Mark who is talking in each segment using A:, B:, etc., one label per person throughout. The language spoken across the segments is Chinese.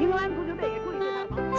A: 英格兰足球队也注意这场。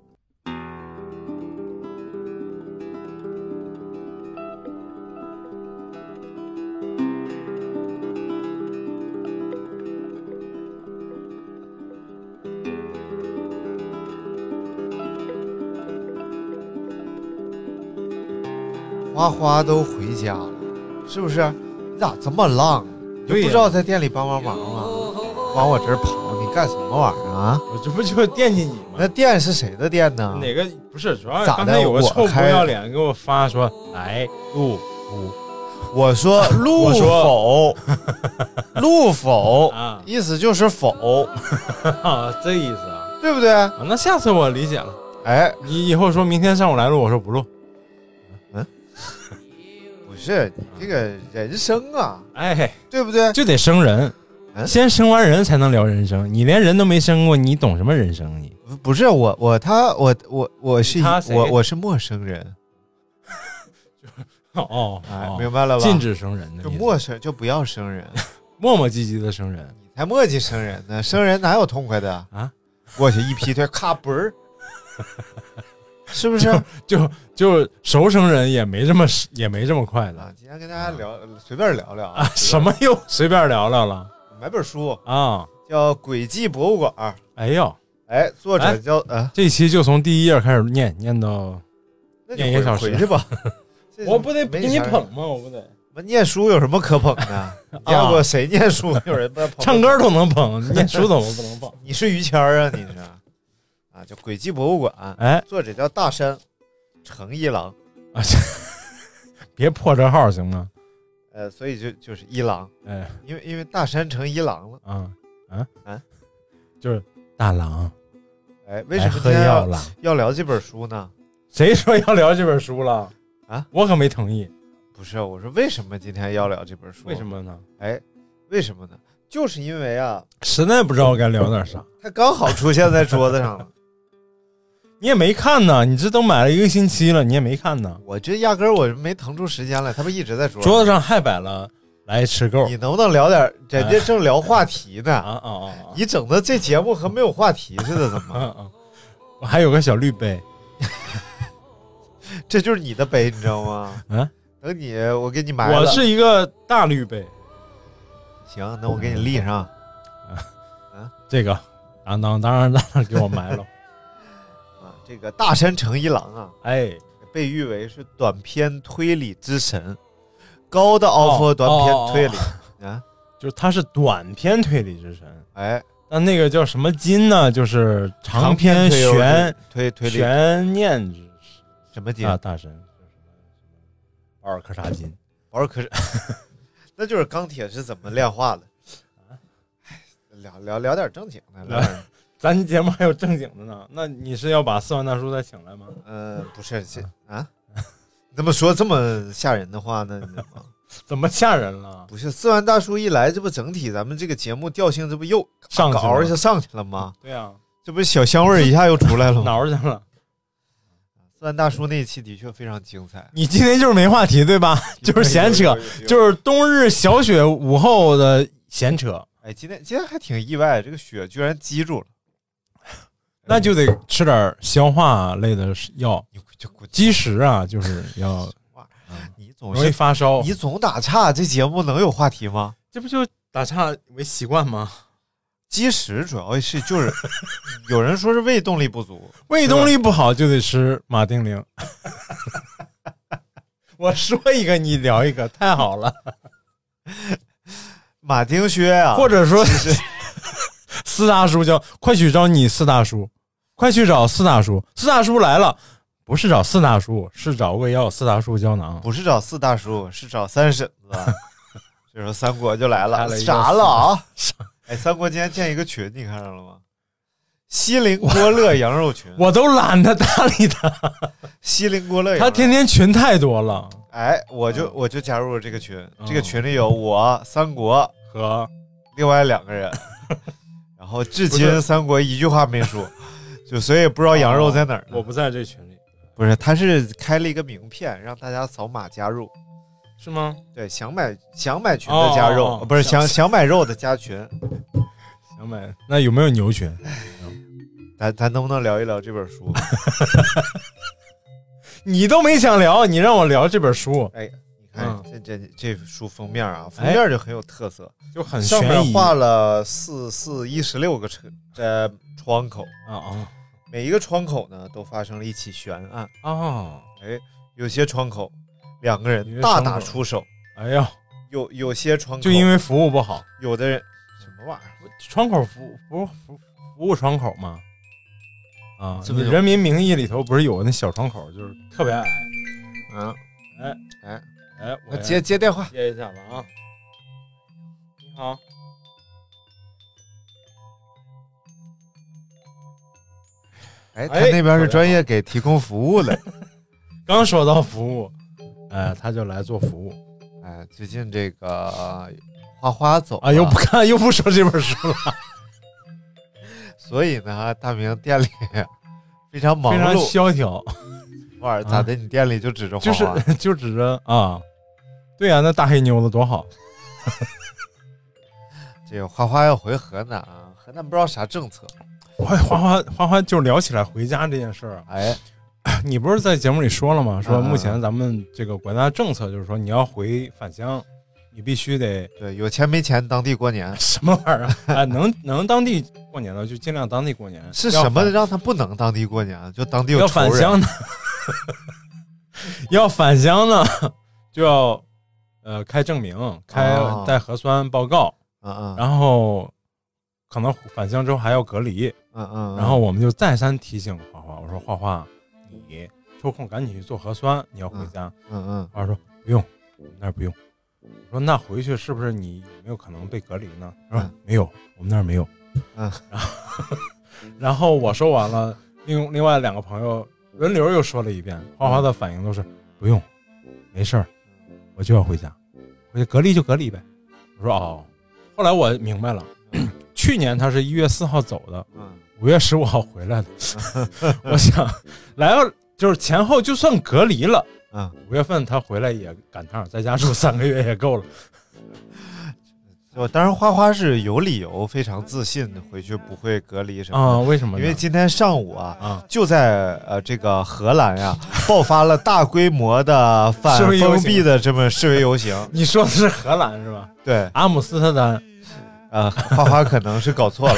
B: 花花都回家了，是不是？你咋这么浪？你就
C: 对呀
B: 不知道在店里帮帮忙啊？往我这儿跑，你干什么玩意儿啊？
C: 我这不就是惦记你
B: 那
C: 吗？
B: 店是谁的店呢？
C: 哪个不是？主要
B: 哎咋的
C: 刚才有个臭
B: 我
C: 不
B: 开的
C: 要脸给我发说来录录
B: 我说
C: 我
B: 路否， 路否，
C: 啊
B: 意思就是否，
C: 啊，这意思啊
B: 对不对？
C: 啊那下次我理解了。
B: 哎，
C: 你以后说明天上午来录，我说不录。
B: 不是你这个人生啊，
C: 哎，
B: 对不对？
C: 就得生人，
B: 嗯
C: 先生完人才能聊人生。你连人都没生过，你懂什么人生？你
B: 不是我，我他，我我我是一
C: 他谁
B: 我我是陌生人，
C: 哦哦，
B: 哎，
C: 哦
B: 明白了吧？
C: 禁止生人的
B: 就
C: 意思
B: 陌生就不要生人，
C: 磨磨唧唧的生人。
B: 你才墨迹生人呢，生人哪有痛快的
C: 啊？
B: 我去一劈腿，咔嘣 儿，是不是？
C: 就就熟生人也没这么也没这么快的
B: 啊，今天跟大家聊，随便聊聊
C: 啊！什？么又随便聊聊了
B: 买本书
C: 啊？
B: 叫《轨迹博物馆》，
C: 哎呦，
B: 哎，作者
C: 哎
B: 叫呃，
C: 这期就从第一页开始念，念到
B: 那
C: 念一
B: 你
C: 个小
B: 回
C: 时
B: 回去 吧。这没啥人，
C: 吗？我不得
B: 那念书有什么可捧 的？你见过谁念书有人不捧？
C: 啊唱歌都能 捧，念书怎么不能捧？
B: 你是于谦儿啊？你是 啊？叫《轨迹博物馆》，
C: 哎
B: 作者叫大山诚一郎，
C: 啊， 别破这号行吗？
B: 呃，所以就就是一郎，
C: 哎
B: 因为因为大山成一郎了。
C: 啊啊
B: 啊！
C: 就是大郎
B: 哎，为
C: 来
B: 什么今
C: 喝
B: 天
C: 药
B: 要
C: 了？
B: 要聊这本书呢？
C: 谁说要聊这本书了？
B: 啊，
C: 我可没同意。
B: 不是，啊我说为什么今天要聊这本书？
C: 为什？么呢？
B: 哎，为什么呢？就是因为啊，
C: 实在不知道该聊点啥。
B: 它刚好出现在桌子上了。
C: 你也没看呢，你这都买了一个星期了，你也没看呢。
B: 我这压根儿我没腾出时间来，它不一直在桌
C: 桌
B: 子
C: 子上还摆了来吃够
B: 你能不能聊点儿？人家正聊话题呢，
C: 哎啊啊啊啊
B: 你整的这节目和没有话题似的，怎
C: 啊
B: 么？
C: 啊！我还有个小绿杯，
B: 这就是你的杯，你知道吗？
C: 嗯，
B: 等你，我给你埋了。
C: 我是一个大绿杯，
B: 行，那我给你立上。
C: 这个当当当当当给我埋了。
B: 啊，这个大山诚一郎啊，
C: 哎，
B: 被誉为是短篇推理之神，高的奥
C: 哦
B: 佛短篇推理、啊，
C: 就是他是短篇推理之神，
B: 哎，
C: 但那个叫什么金呢？就是长
B: 篇推理
C: 悬
B: 推推理
C: 悬念之啊
B: 什么金？
C: 大大神，就是什么保尔柯察金。
B: 保尔柯是， 那就是钢铁是怎么炼化的？哎，聊聊聊点正经的，聊 点
C: 咱节目还有正经的呢，那你是要把四万大叔再请来吗？
B: 呃，不是这啊，你怎么说这么吓人的话呢？你怎么
C: 怎么吓人了？
B: 不是四万大叔一来，这不整体咱们这个节目调性，这不又
C: 上去了
B: 嗷一下上去了 吗？
C: 对呀、
B: 这不小香味儿一下又出来了吗？
C: 挠去了。
B: 四万大叔那一期的确非常精彩。
C: 你今天就是没话题对吧？ 就是闲扯，就是冬日小雪午后的闲扯，
B: 哎，今天今天还挺意外，这个雪居然积住了。
C: 那就得吃点消化类的药，
B: 哎你就滚
C: 积食啊，就是要
B: 你总
C: 嗯容易
B: 是
C: 发烧。
B: 你总打岔，这节目能有话题吗？
C: 这不就打岔为习惯吗？
B: 积食主要是就是 有人说是胃动力不足，
C: 胃动力不好就得吃马丁啉。 我说一个，你聊一个，太好了。
B: 马丁靴啊，
C: 或者说
B: 是
C: 四大叔叫快去找你四大叔，快去找四大叔，四大叔来了，不是找四大叔，是找胃药四大叔胶囊。
B: 不是找四大叔，是找三婶子。这时候三国就来
C: 开
B: 了，
C: 了一个
B: 啥了啊？哎，三国今天建一个群，你看到了吗？西林郭勒羊肉群，
C: 我都懒得搭理他，
B: 西林郭勒羊肉，
C: 他天天群太多了。
B: 哎，我就我就加入了这个群，
C: 嗯
B: 这个群里有我三国，
C: 和
B: 另外两个人， 然后至
C: 不
B: 今
C: 是
B: 三国一句话没说，就所以不知道羊肉在哪儿呢。
C: 哦我不在这群里，
B: 不是，他是开了一个名片，让大家扫码加入。
C: 是吗？
B: 对，想买想买群的加肉，
C: 哦哦哦
B: 不是
C: 想
B: 想想买肉的加群。
C: 想买那有没有牛群？
B: 咱咱能不能聊一聊这本 书？
C: 你都没想聊，你让我聊这本书
B: 哎，你看
C: 嗯
B: 这这这书封面啊，封面就很有特色，
C: 就哎很
B: 上
C: 悬
B: 面
C: 疑
B: 画了四四一十六个车呃窗口，
C: 啊啊
B: 每一个窗口呢都发生了一起悬案。
C: 啊！
B: 哎，有些窗口两个
C: 有
B: 人
C: 些
B: 大
C: 窗口
B: 打出手，
C: 哎呀，
B: 有有些窗口
C: 就因为服务不好，
B: 有的人什么玩意儿，
C: 窗口服务服务服务服务窗口嘛。啊，
B: 这
C: 你
B: 不
C: 人民名义里头不是有那小窗口，就是特别矮。
B: 嗯，
C: 哎
B: 哎，
C: 哎，
B: 我
C: 我
B: 接接电话，
C: 接一下吧啊。你好，
B: 哎，他
C: 哎
B: 那边是专业给提供服务的。
C: 刚说到服务，哎，他就来做服务
B: 哎，最近这个花花走
C: 啊，
B: 了
C: 又不看 又不说这本书了，
B: 所以呢，大明店里非常忙
C: 非常
B: 碌。
C: 萧条，
B: 哇，咋的？你店里就指着
C: 就
B: 花
C: 是
B: 花？
C: 就指着啊，对呀、那大黑妞子多好，
B: 这个花花要回河南啊，河南不知道啥政策。
C: 我花花花花就聊起来回家这件事儿啊，
B: 哎，
C: 你不是在节目里说了吗？说
B: 嗯嗯
C: 目前咱们这个国家政策就是说，你要回返乡，你必 须得
B: 对，有钱没钱，当地过年
C: 什么玩意儿 啊？哎能能当地过年的就尽量当地过年，
B: 是
C: 要
B: 什么
C: 返
B: 让他不能当地过年？就当地有
C: 要
B: 仇
C: 返
B: 人。
C: 乡呢？ 要返乡呢，就要呃开证明，开
B: 哦
C: 带核酸报告，
B: 嗯嗯，
C: 然后可能返乡之后还要隔离。
B: 嗯嗯，
C: 然后我们就再三提醒花花，我说花花，你抽空赶紧去做核酸，你要回家。
B: 嗯嗯
C: 花花说不用，我们那儿不用。我说那回去是不是你有没有可能被隔离呢？他说
B: 嗯
C: 没有，我们那儿没有。
B: 嗯，
C: 然后然后我说完了，另另外两个朋友轮流又说了一遍，花花的反应都是不用，没事儿，我就要回家，回去隔离就隔离呗。我说哦，后来我明白了，去年他是一月四号走的，
B: 嗯
C: 五月十五号回来的。 我想来了就是前后就算隔离了，
B: 嗯，
C: 五月份他回来也赶趟儿，在家住三个月也够了。
B: 就当然花花是有理由，非常自信地回去不会隔离什
C: 啊、
B: 么
C: 为什么
B: 的，
C: 呢？
B: 因为今天上午啊，
C: 啊，
B: 就在呃这个荷兰呀、 爆发了大规模的反
C: 示威游行
B: 封闭的这么示威游行。
C: 你说的是荷兰是吧？
B: 对，
C: 阿姆斯特丹
B: 呃，花花可能是搞错了，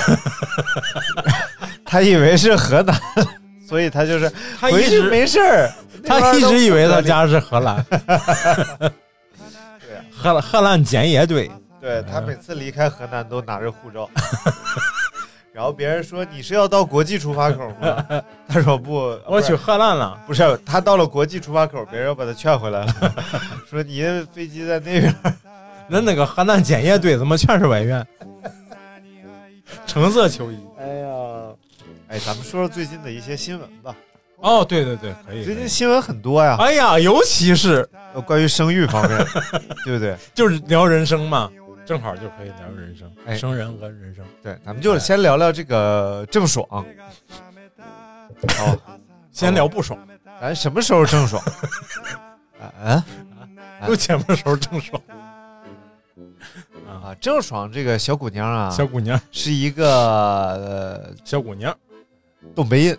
B: 他以为是河南， 所以 他就是
C: 他
B: 回
C: 一
B: 去
C: 直
B: 没事儿。那边
C: 他
B: 儿
C: 一
B: 都
C: 直以为
B: 不
C: 他
B: 得了
C: 家是荷 兰。
B: 对啊
C: 荷荷兰前野队，
B: 对他每次离开河南都拿着护照， 然后别人说你是要到国际出发口吗？他说不，
C: 我
B: 不是
C: 去荷兰了。
B: 不是，他到了国际出发口，别人又把他劝回来了， 说你飞机在那边。
C: 那那个河南检验队怎么全是外援？橙色球衣。
B: 哎呀，哎，咱们说说最近的一些新闻吧。
C: 哦，对对对，可以。
B: 最
C: 可
B: 近
C: 以
B: 新闻很多呀，
C: 哎呀，尤其是
B: 呃关于生育 方面，对不对？
C: 就是聊人生嘛，正好就可以聊人生，
B: 哎
C: 生人和人生。
B: 对，咱们就先聊聊这个郑爽。好，
C: 先聊不爽，
B: 咱什么时候郑爽？ 啊哎
C: 录节目的时候正爽。啊，
B: 啊！郑爽这个小姑娘啊，
C: 小姑娘，
B: 是一个、
C: 小姑娘
B: 呃、东北人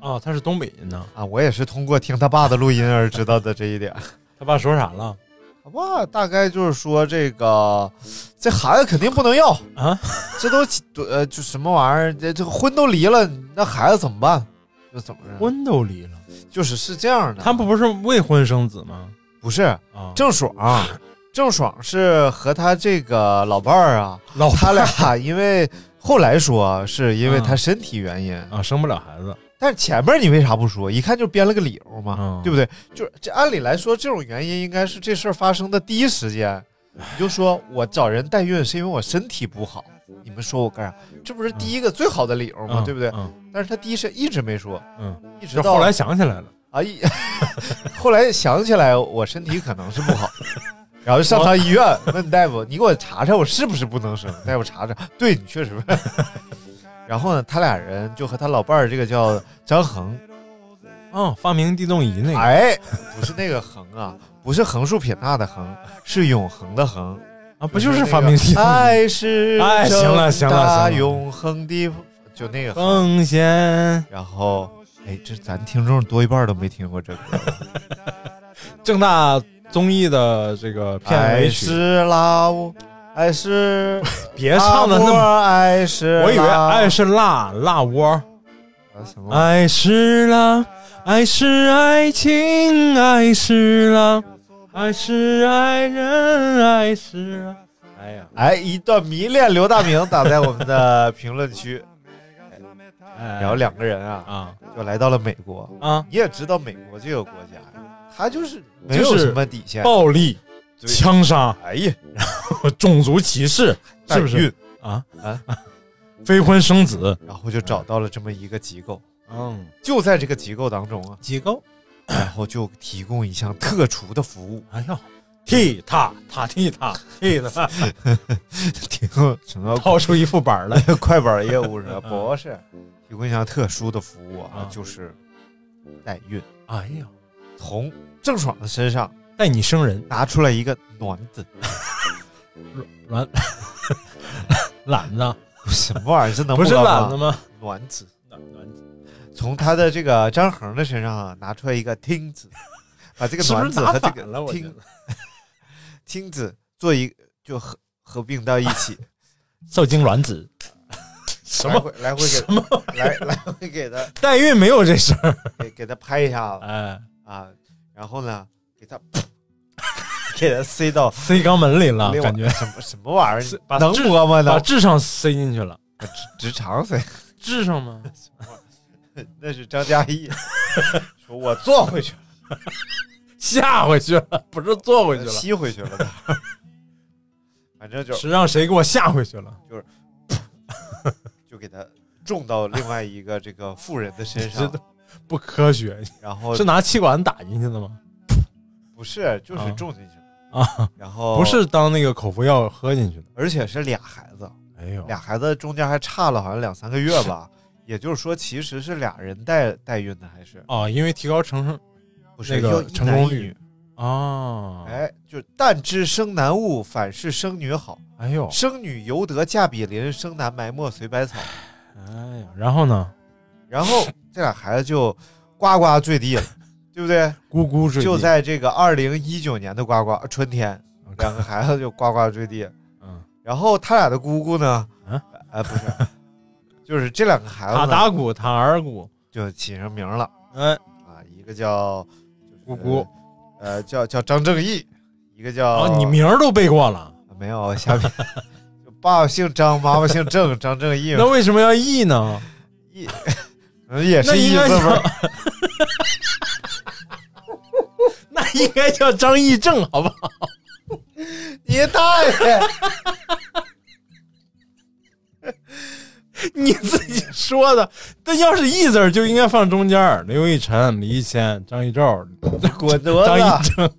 C: 啊，她是东北人呢。
B: 啊，我也是通过听他爸的录音而知道的这一点。
C: 他爸说啥了？
B: 他爸大概就是说这个，这孩子肯定不能要
C: 啊，
B: 这都呃就什么玩意儿，这这个婚都离了，那孩子怎么办？就怎么着？
C: 婚都离了，
B: 就是是这样的，
C: 他不不是未婚生子吗？
B: 不是
C: 啊，
B: 郑爽，郑爽是和他这个老伴儿啊，
C: 老
B: 他 俩因为后来说是因为他
C: 嗯
B: 身体原因，
C: 啊，生不了孩子
B: 但是前面你为啥不说？一看就编了个理由嘛，
C: 嗯
B: 对不对？就是这按理来说，这种原因应该是这事儿发生的第一时间，你就说我找人代孕是因为我身体不好，你们说我干啥？这不是第一个最好的理由吗？
C: 嗯
B: 对不对？
C: 嗯
B: 但是他第一是一直没说，
C: 嗯，
B: 一直
C: 就
B: 到
C: 后来想起来了，
B: 啊，一 后来想起来我身体可能是不好，然后上趟医院问大夫，你给我查查我是不是不能生？大夫查查，对你确实不。 然后呢，他俩人就和他老伴儿这个叫张恒，
C: 嗯，发明地动仪那个
B: 哎， 不是那个恒啊，不是横竖撇捺的恒，是永恒的恒，
C: 啊，不就是发明地
B: 那
C: 动
B: 个
C: 仪？
B: 爱是
C: 哎行了行了行了嗯
B: 盛大永恒的就那个恒，
C: 风险
B: 然后。哎，这咱听众多一半都没听过这 歌、
C: 正大综艺的这个片
B: 爱
C: 尾曲，
B: 是 love，爱是
C: 别唱的那么，
B: 么爱是，啊
C: 我以为爱是辣辣窝，
B: 什么？
C: 爱是辣，爱是爱情，爱是辣，爱是爱人，爱是辣。哎呀，
B: 哎，一段迷恋刘大明打在我们的评论区，
C: 哎
B: 然后两个人啊，
C: 啊
B: 就来到了美国。
C: 啊，
B: 你也知道美国这个国家，他就是没
C: 就
B: 有
C: 是
B: 什么底线，
C: 暴力、
B: 对
C: 枪杀、
B: 哎呀，
C: 种族歧视，是不
B: 代
C: 是
B: 孕？
C: 啊
B: 啊
C: 非婚生子，
B: 然后就找到了这么一个机构，
C: 嗯，
B: 就在这个机构当中啊，
C: 机构，嗯
B: 然后就提供一项特殊的服务，
C: 哎呀，踢踏踏踢踏 踢踏，
B: 提供什么
C: 掏出一副板来，
B: 快板业务是吧？
C: 嗯
B: 不是，提供一项特殊的服务啊
C: 啊，
B: 就是代孕。
C: 哎呀，
B: 从郑爽的身上
C: 带你生人，
B: 拿出来一个卵子，
C: 卵懒子，
B: 什么玩意儿？这能
C: 不是
B: 高
C: 懒子
B: 吗？
C: 吗？
B: 卵子，从他的这个张恒的身上啊拿出来一个听 子，把这个
C: 是不
B: 卵
C: 是
B: 子
C: 拿
B: 和这
C: 反了？
B: 个
C: 我觉
B: 听
C: 得
B: 听子做一个就合合并到一起，
C: 受精卵子， 哎什
B: 来
C: 么
B: 回来回
C: 什
B: 给
C: 么
B: 来来回给他
C: 代孕没有这事儿？
B: 给给他拍一下子
C: 哎，
B: 啊，然后呢给他 给他塞到
C: 塞肛门里了，
B: 另外
C: 啊感觉
B: 什么什么玩意
C: 是
B: 儿？
C: 把
B: 能
C: 智
B: 摸吗？
C: 把
B: 能
C: 智商塞进去了，
B: 直肠塞。
C: 智商吗？
B: 那是张嘉 译，说我坐回去了，
C: 吓回去了， 哎不是坐回去了，
B: 吸回去了，反正就是
C: 让谁给我吓回去了？
B: 就给他种到另外一个这个妇人的身上
C: 真，的不科学，
B: 然后
C: 是拿气管打进去的吗？
B: 不是就是种进去了，
C: 啊，
B: 然后
C: 不，是当那个口服药喝进去的。
B: 而且是俩孩子，
C: 哎呦，
B: 俩孩子中间还差了好像两三个月吧，也就是说其实是俩人代代孕的，还是
C: 啊，因为提高成生
B: 不是
C: 那个
B: 要一
C: 成
B: 男
C: 功
B: 一
C: 率
B: 女？
C: 啊，
B: 哎，就但知生男勿，反是生女好，
C: 哎呦，
B: 生女犹得嫁比邻，生男埋没随百草。
C: 哎呀，然后呢？
B: 然后这俩孩子就呱呱坠地了，对不对？
C: 咕咕坠地
B: 就在这个二零一九年的呱呱呃春天，
C: OK
B: 两个孩子就呱呱坠地。
C: 嗯，
B: 然后他俩的姑姑呢？
C: 嗯
B: 呃，不是， 就是这两个孩
C: 塔
B: 子呢
C: 打鼓、塔尔鼓，
B: 就起上名了
C: 哎，
B: 啊，一个叫就是
C: 姑姑，
B: 呃，叫叫张正义，一个叫、
C: 啊，你名儿都背过了，
B: 没有下面。就爸爸姓张，妈妈姓郑，张正义嘛，
C: 那为什么要义呢？
B: 义，可能也
C: 那
B: 是
C: 应
B: 义
C: 该
B: 字辈儿
C: 叫， 那应该叫张义正，好不好？
B: 你大爷！
C: 你自己说的，但要是 E 义字儿就应该放中间儿，刘义晨、李义谦、张 义宙、
B: 滚犊
C: 张
B: 子！
C: 义正，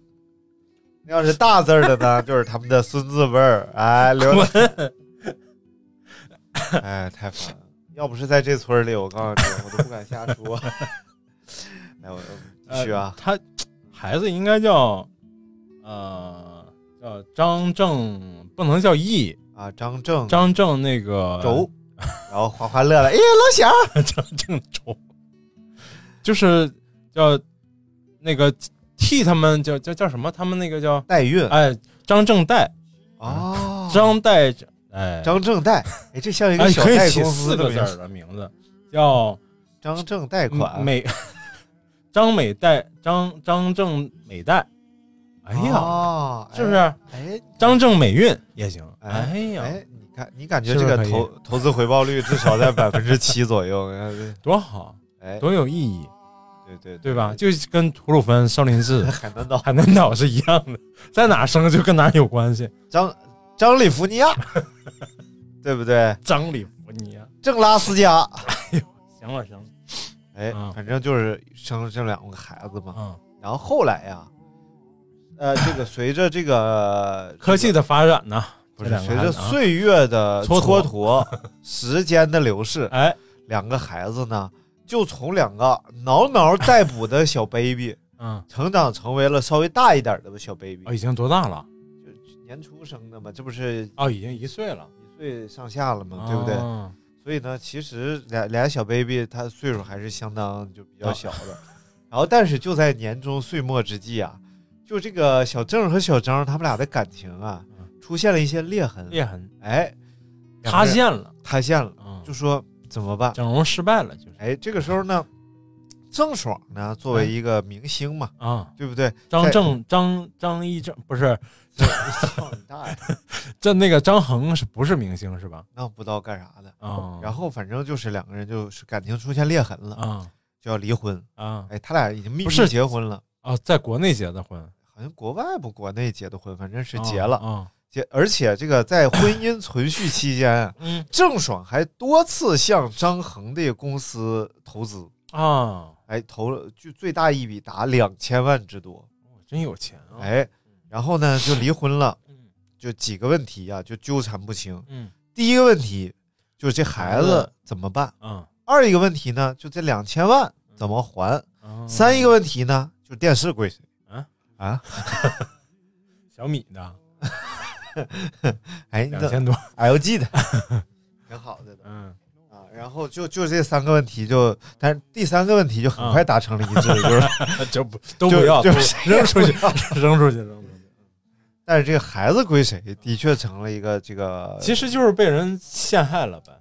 B: 要是大字儿的呢，就是他们的孙字辈 儿。哎，刘， 哎，太烦了。要不是在这村儿里，我告诉你，我都不敢瞎说。 来，我我继续啊。
C: 呃他孩子应该叫呃叫张正，不能叫义，
B: 啊，张正
C: 张正那个
B: 轴，然后花花乐了。哎呀，老乡儿，
C: 张正周，就是叫那个替他们叫叫叫什么？他们那个叫
B: 代孕
C: 哎张正代
B: 啊，
C: 张代哎
B: 张正代，哎，这像一个
C: 哎
B: 小
C: 可以
B: 贷
C: 起
B: 公
C: 四
B: 司
C: 个
B: 的
C: 字
B: 名
C: 儿
B: 字。
C: 的名字叫嗯
B: 张正贷款，
C: 美张美代张张正美代，哎
B: 呀
C: 呀，是不？啊是
B: 哦哎，
C: 张正美运也行？
B: 哎
C: 哎呀，
B: 哎，你看，你感觉
C: 是
B: 这
C: 不是
B: 个
C: 可以
B: 投投资回报率至少在百分之七左右？
C: 多好，
B: 哎，
C: 多有意义！
B: 对对
C: 对吧？就跟吐鲁番、少 林寺、
B: 海南岛，
C: 海南岛是一样的，在哪儿生就跟哪儿有关系。
B: 张张里弗尼 亚，对不对？
C: 张里弗尼亚，
B: 正拉斯加，
C: 行了行了，
B: 哎
C: 嗯，
B: 反正就是生这两个孩子嘛。
C: 嗯，
B: 然后后来呀，呃，这个随着这个
C: 科技的发展呢，
B: 不
C: 这
B: 是
C: 两个
B: 随
C: 孩
B: 着
C: 子啊，
B: 岁月的
C: 蹉跎
B: 蹉跎， 时间的流逝，
C: 哎，
B: 两个孩子呢，就从两个嗷嗷待哺的小 baby
C: 嗯，
B: 成长成为了稍微大一点的吧小 baby，
C: 哦，已经多大了？
B: 年出生的嘛，这不是
C: 哦，已经一岁了，
B: 一岁上下了嘛，嗯对不对？
C: 哦
B: 所以呢，其实俩俩小 baby 他岁数还是相当就
C: 啊
B: 比较小的，然后但是就在年终岁末之际啊，就这个小郑和小张他们俩的感情啊
C: 嗯，
B: 出现了一些裂痕，
C: 裂痕
B: 哎，
C: 塌陷了，
B: 塌陷了，
C: 嗯，
B: 就说怎么办？
C: 整容失败了，就是
B: 哎，这个时候呢，郑爽呢作为一个明星嘛，
C: 啊，
B: 对不对？
C: 哎张
B: 在
C: 正张张一正不是
B: 操你大爷，
C: 这那个张恒是不是明星是吧？
B: 那不知道干啥的。
C: 啊，
B: 然后反正就是两个人就是感情出现裂痕了，
C: 啊
B: 就要离婚。
C: 啊
B: 哎，他俩已经秘
C: 不
B: 密
C: 是
B: 结婚了，
C: 啊，在国内结的婚
B: 好像国外不国内结的婚，反正是
C: 啊
B: 结了
C: 啊，
B: 结。而且这个在婚姻存续期间，
C: 嗯
B: 郑爽还多次向张恒的公司投资，
C: 啊，
B: 哎，投了就最大一笔达两千万之多。
C: 真有钱啊，
B: 哎，然后呢就离婚了，
C: 嗯
B: 就几个问题呀、就纠缠不清。
C: 嗯
B: 第一个问题就是这孩
C: 孩
B: 子
C: 子
B: 怎么办？
C: 啊
B: 二一个问题呢，就这两千万
C: 嗯
B: 怎么还？
C: 啊，
B: 三一个问题呢，就是电视归谁？
C: 啊
B: 啊！
C: 小米的
B: 哎，你
C: 两
B: 这
C: 千多，
B: LG 的，挺好的
C: 嗯
B: 啊。然后就就这三个问题就，但是第三个问题就
C: 嗯
B: 很快达成了一致，就是
C: 就不都
B: 就
C: 不要，
B: 就
C: 都
B: 谁也
C: 扔出去
B: 不要，
C: 扔出去，扔出去。
B: 但是这个孩子归谁，的确成了一个这个，
C: 其实就是被人陷害了呗，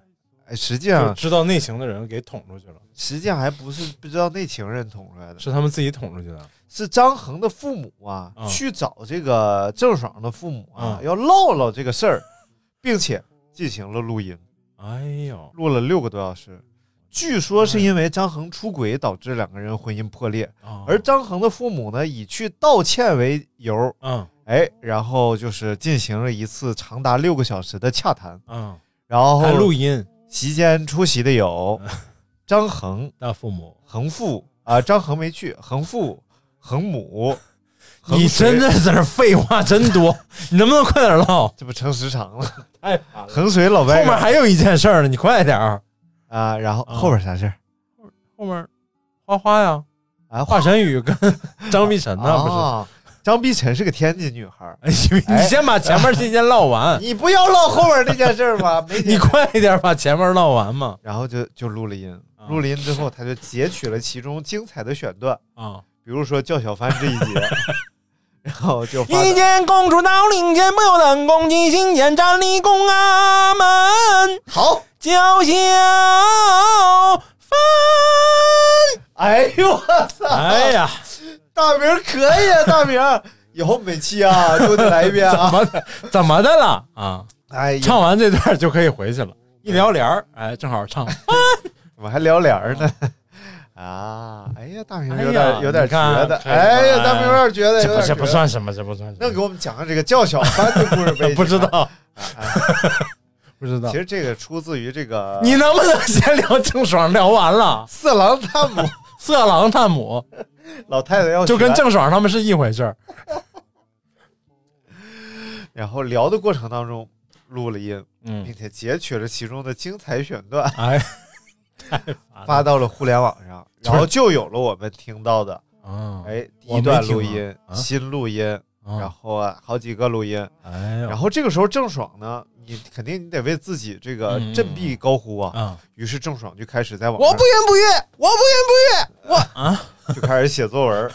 B: 哎，实际
C: 就
B: 上
C: 知道内情的人给捅出去了，
B: 实际上还不是不知道内情人捅出来的，
C: 是他们自己捅出去的。
B: 是张恒的父母啊，
C: 嗯
B: 去找这个郑爽的父母啊，
C: 嗯
B: 要唠唠这个事儿，并且进行了录音，
C: 哎呦，
B: 录了六个多小时。据说
C: 嗯
B: 是因为张恒出轨导致两个人婚姻破裂，
C: 啊
B: 而张恒的父母呢以去道歉为由，
C: 嗯
B: 哎，然后就是进行了一次长达六个小时的洽谈，
C: 嗯，
B: 然后
C: 还录嗯音
B: 席间出席的有张恒、
C: 大父母，
B: 恒父啊，张恒没去，恒父、恒母。恒
C: 你
B: 谁
C: 真的在这儿废话真多，你能不能快点唠？
B: 这不成时长了？
C: 哎，
B: 衡水老
C: 后
B: 白
C: 面还有一件事儿呢，你快点儿。
B: 啊，然后
C: 啊
B: 后边啥事儿
C: 后面花花呀，
B: 啊？
C: 华晨宇跟张碧晨呢，不是？
B: 啊张碧晨是个天津女孩儿，
C: 哎呦，你
B: 哎
C: 先把前面这件唠完，
B: 你不要唠后边那件事儿吧？没
C: 你
B: 劲
C: 快一点把前面唠完嘛。
B: 然后就就录了音，
C: 啊
B: 录了音之后，他就截取了其中精彩的选段，
C: 啊，
B: 比如说叫小帆这一 节，然后就发
D: 一见公主到林间，莫等公鸡新见站立宫阿门，
B: 好，
D: 叫小帆。
B: 哎呦我操！
C: 哎呀，
B: 大明儿可以啊，大明儿，以后每期啊都得来一遍
C: 怎
B: 啊！
C: 么的怎么的了啊？
B: 哎呀，
C: 唱完这段就可以回去了，一聊帘儿，哎，正好 唱。
B: 我还聊脸儿呢。啊，哎呀，大明
C: 哎呀
B: 有点有点
C: 你
B: 觉
C: 看
B: 得，
C: 看
B: 哎呀，
C: 哎
B: 大明有点觉得，有
C: 这
B: 点
C: 不这不
B: 觉得
C: 算什么，这不算什
B: 那
C: 么？
B: 给。我们讲讲这个叫小帆的故事呗
C: 不知
B: 啊。
C: 道，
B: 啊
C: 不知道
B: 其。实这个出自于这个
C: 你能不能先聊郑爽？聊 完了，
B: 四郎探 母
C: 色狼探母
B: 老太太要
C: 就跟
B: 学
C: 郑爽他们是一回事儿。
B: 然后聊的过程当中录了音，
C: 嗯
B: 并，且截取了其中的精彩选段，
C: 哎，太烦
B: 发
C: 了。
B: 到了互联网上，
C: 就是
B: 然后就有了我们听到的
C: 啊，
B: 哎第
C: 我
B: 一
C: 没
B: 段
C: 听
B: 录
C: 啊
B: 音、
C: 啊
B: 新录音，
C: 啊
B: 然后啊好几个录音，
C: 哎呦，
B: 然后这个时候郑爽呢，你肯定你得为自己这个
C: 嗯嗯
B: 振臂高呼啊，
C: 啊，
B: 于是郑爽就开始在网
D: 我
B: 上
D: 不言不悦，我不言不悦，我
B: 就开始写作文 儿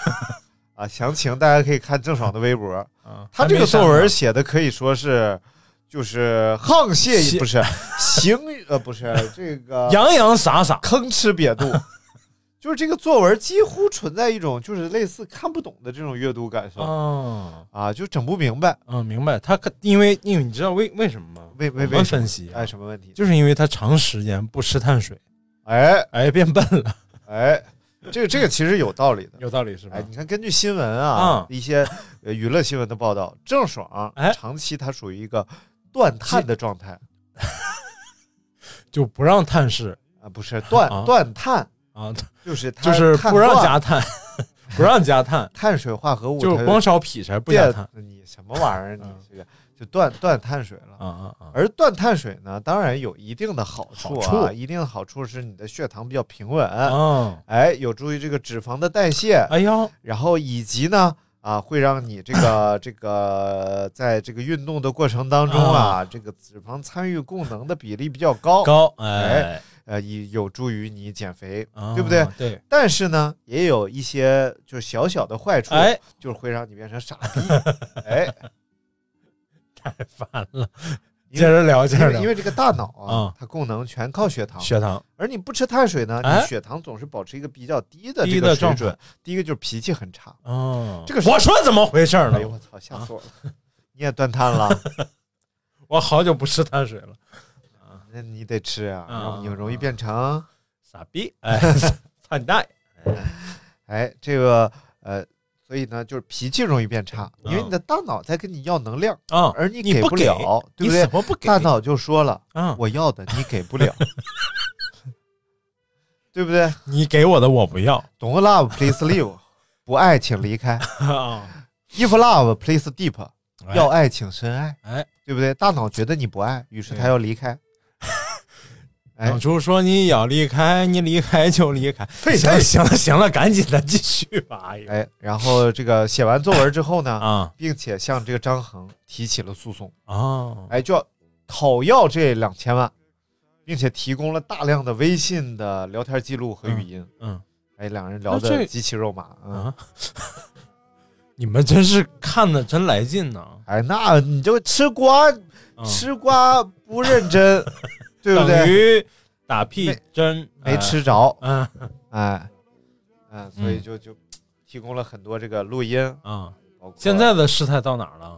B: 啊。详情大家可以看郑爽的微博，
C: 啊
B: 她这个作文
C: 还没上呢
B: 写的可以说是就是沆瀣
C: 写
B: 不是行呃不是这 个
C: 洋洋洒洒，
B: 吭哧瘪肚， 就是这个作文几乎存在一种就是类似看不懂的这种阅读感受
C: 哦，
B: 啊，就整不明白
C: 嗯，明白。他可因为因为你知道为为什么吗？
B: 为为
C: 我
B: 为
C: 们
B: 什么
C: 分析啊
B: 哎什么问题
C: 就是因为他长时间不吃碳水，
B: 哎
C: 哎，变笨了。
B: 哎这个这个其实有道理的。
C: 有道理是吧
B: 哎，？你看，根据新闻啊
C: 嗯，
B: 一些呃娱乐新闻的报道，郑爽啊
C: 哎
B: 长期她属于一个断碳的状态
C: 就不让探视
B: 啊，不是断
C: 啊
B: 断碳，
C: 啊，
B: 就是它
C: 就是
B: 碳
C: 不让
B: 化
C: 加碳， 不让加 碳，
B: 碳水化合物，
C: 就
B: 它
C: 光烧劈柴不加
B: 电
C: 碳。
B: 你什么玩意儿？你
C: 嗯
B: 这个就断断碳水了。
C: 啊啊啊！
B: 而断碳水呢，当然有一定的好处啊，
C: 好处
B: 一定的好处是你的血糖比较平稳，
C: 啊，
B: 哎，有助于这个脂肪的代谢，
C: 哎呦，
B: 然后以及呢，啊，会让你这个这个在这个运动的过程当中啊，这个脂肪参与供能的比例比较高，
C: 高
B: 哎
C: 哎，
B: 呃，以有助于你减肥，
C: 啊
B: 对不对？
C: 对，
B: 但是呢，也有一些就是小小的坏处，
C: 哎，
B: 就是会让你变成傻逼， 哎，
C: 太烦了。
B: 因
C: 接
B: 为
C: 着聊，接
B: 因
C: 着
B: 为因
C: 聊。
B: 为这个大脑啊
C: 嗯，
B: 它供能全靠血糖，
C: 血糖
B: 而你不吃碳水呢，
C: 哎
B: 你血糖总是保持一个比较低的
C: 低
B: 这
C: 的
B: 个水
C: 状
B: 准
C: 态。
B: 第一个就是脾气很差，
C: 哦，
B: 这个是
C: 我说怎么回事
B: 哎
C: 呢
B: 呦？我操，
C: 啊
B: 吓死我了！你也断碳 了，
C: 我好久不吃碳水了，
B: 那你得吃啊，
C: 嗯
B: 要不你容易变成
C: 傻逼！ 哎，操你大爷！
B: 哎这个呃，所以呢就是脾气容易变差，因
C: 嗯
B: 为你的大脑在跟你要能量，
C: 啊，
B: 而你
C: 你
B: 给
C: 不给
B: 了，对
C: 你
B: 不对
C: 怎？么不给？
B: 大脑就说了，
C: 啊，
B: 我要的你给不了， 对不对
C: 你给我的我 不要
B: ？Don't love, please leave，不爱请离开。
C: 啊，
B: If love, please deep，
C: 哎
B: 哦要爱请深爱，
C: 哎，
B: 对不对？大脑觉得你不爱，于是他要离开。哎
C: 当，初说你要离开，你离开就离开。
B: 对
C: 行了
B: 对
C: 行了行了，赶紧的，继续吧。哎呦
B: 哎，然后这个写完作文之后呢，
C: 啊
B: 并且向这个张衡提起了诉讼，
C: 啊
B: 哎，就要讨要这两千万，并且提供了大量的微信的聊天记录和语音。
C: 嗯
B: 哎，两人聊
C: 那
B: 得
C: 这
B: 极其肉麻。嗯，
C: 啊！你们真是看的真来劲呢，
B: 哎，那你就吃瓜，
C: 嗯
B: 吃瓜不认 真，对不
C: 等
B: 对？
C: 于打屁针
B: 没吃着，
C: 嗯
B: 哎，嗯，所以
C: 嗯
B: 就就提供了很多这个录音。
C: 啊！
B: 包括
C: 现在的事态到哪儿了？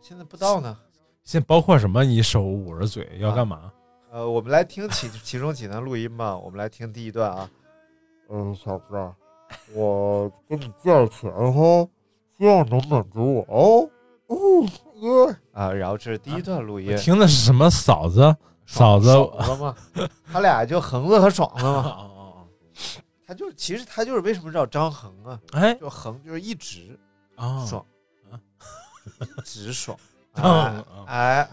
B: 现在不到呢。
C: 现包括什么？你手捂着嘴要干嘛？
B: 呃，我们来听其其中几段录音吧。我们来听第一段啊。
E: 嗯，小哥，我跟你借了钱哈，希望能满足我哦。哦耶！
B: 啊，然后这是第一段录音
C: 我，听的是什么？嫂子，
B: 爽
C: 嫂哎子，
B: 爽子嘛，他俩就恒子和爽子 嘛，
C: 啊！
B: 他就是其实他就是为什么叫张恒啊，
C: 哎
B: 就恒就是一直
C: 啊，
B: 爽嗯
C: 啊，
B: 一直爽，哎
C: 嗯嗯
B: 哎，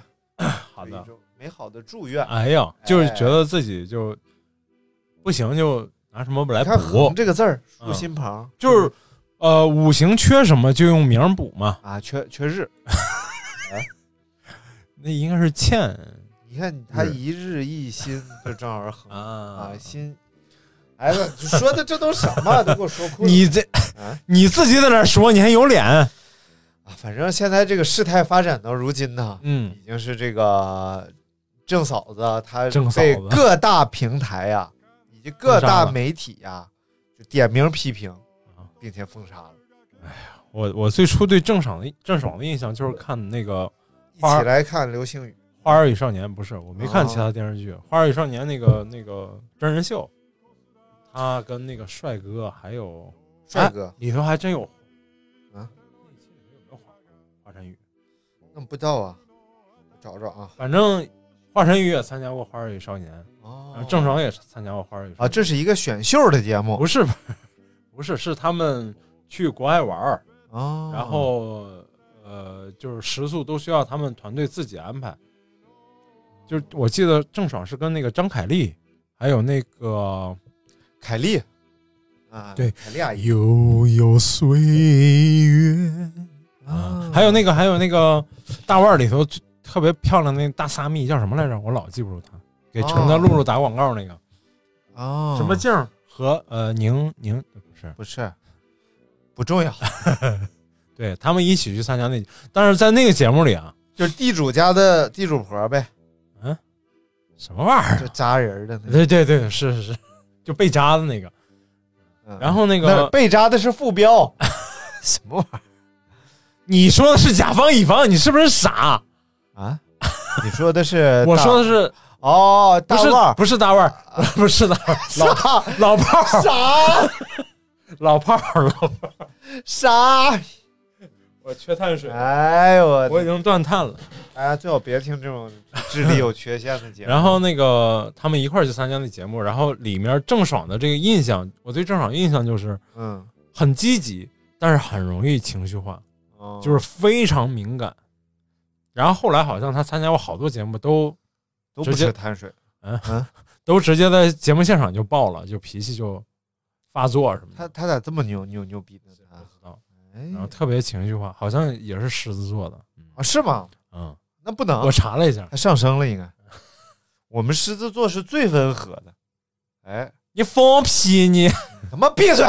C: 好
B: 有
C: 的
B: 一。种美好的祝愿。
C: 哎呀，就是觉得自己就不行，就拿什么来
B: 你看“
C: 补
B: 恒”，这个字儿，
C: 嗯
B: 竖心旁
C: 就是呃，五行缺什么就用名儿补嘛。
B: 啊，缺缺日。
C: 那应该是欠
B: 你看他
C: 日
B: 一日一心，就正好是恒
C: 啊
B: 啊心。哎，我说的这都什么？都给我说哭了。
C: 你这
B: 啊
C: 你自己在那说，你还有脸？
B: 啊，反正现在这个事态发展到如今呢，
C: 嗯
B: 已经是这个郑嫂子啊她
C: 郑嫂
B: 被
C: 子
B: 各大平台呀、以及各
C: 封杀
B: 大
C: 了嗯
B: 媒体呀、就点名批评，并且封杀了。
C: 我我最初对郑爽的郑爽的印象就是看那个《
B: 一
C: 花儿
B: 起来看流星雨，
C: 花儿与少年》，不是我没看其他电视剧，花儿与少年》那个那个真人秀，他跟那个帅哥还有哎
B: 帅哥，
C: 里头还真有
B: 啊，
C: 那期里头有没有华华晨宇？
B: 那不知道啊，找找啊。
C: 反正华晨宇也参加过《花儿与少年》，然
B: 哦
C: 啊后郑爽也参加过《花儿与少年》
B: 啊，这是一个选秀的节目
C: 不是 不是是他们去国外玩儿，
B: 啊，
C: 然后呃就是食宿都需要他们团队自己安排。就是我记得郑爽是跟那个张凯丽，还有那个
B: 凯莉啊，
C: 对
B: 凯莉阿姨
C: 悠悠哎岁月啊，还有那个还有那个大腕儿里头最特别漂亮那大撒蜜叫什么来着？我老记不住她，给橙子露露打广告那个。
B: 啊，
C: 什么静儿和呃宁宁不是，
B: 不是不重要，
C: 对他们一起去参加那，但是在那个节目里啊，
B: 就是地主家的地主婆呗，
C: 什么玩意儿？
B: 就扎人的那个。
C: 对对对，是是是，就被扎的那个。
B: 嗯
C: 然后那
B: 那
C: 个
B: 被扎的是副标， 什么玩意
C: 你说的是甲方乙方，你是不是傻？
B: 儿啊？你说的是
C: 我说的是
B: 大哦，
C: 不
B: 大
C: 是
B: 腕儿啊
C: 不是大腕儿，不是大 腕儿，老
B: 啥啥
C: 老炮儿， 老炮儿，老炮儿。
B: 啥？
C: 我缺碳水，
B: 哎呦我
C: 我已经断碳了。
B: 哎呀，最好别听这种智力有缺陷的节目。
C: 然后那个他们一块儿去参加那节目，然后里面郑爽的这个印象，我对郑爽印象就是
B: 嗯，
C: 很积极，但是很容易情绪化，
B: 哦
C: 就是非常敏感。然后后来好像他参加过好多节目，都
B: 都不
C: 直接
B: 吃碳水。
C: 都直接在节目现场就爆了，就脾气就发作什么的，
B: 他他咋这么牛牛牛逼呢？
C: 不知道。
B: 哎
C: 然后特别情绪化，好像也是狮子座的。
B: 啊，是吗？
C: 嗯，
B: 那不能
C: 我，查了一下，
B: 他上升了应该。我们狮子座是最温和的。哎，
C: 你放屁你！
B: 他妈闭嘴！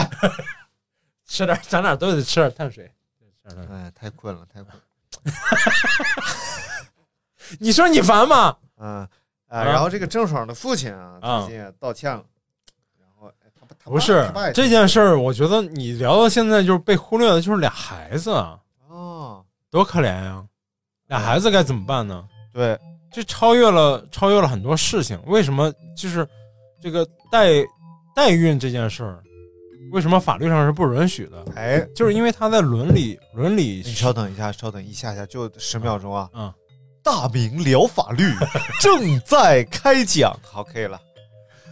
C: 吃点，咱俩都得吃点碳水。吃点碳水
B: 哎，太困了，太困了。
C: 你说你烦吗？
B: 嗯啊，
C: 啊
B: 然后这个郑爽的父亲啊，
C: 啊
B: 最近也道歉了。然后哎他爸他爸
C: 不是
B: 他爸也
C: 这件事儿，我觉得你聊到现在就是被忽略的，就是俩孩子啊，
B: 哦，
C: 多可怜呀、
B: 嗯
C: 俩孩子该怎么办呢？
B: 对，
C: 这超越了超越了很多事情。为什么就是这个代代孕这件事儿，为什么法律上是不允许的？
B: 哎，
C: 就是因为他在伦理伦理
B: 你稍等一下，稍等一下下，就十秒钟啊！
C: 嗯，
B: 大明聊法律 正在开讲，好，可以了。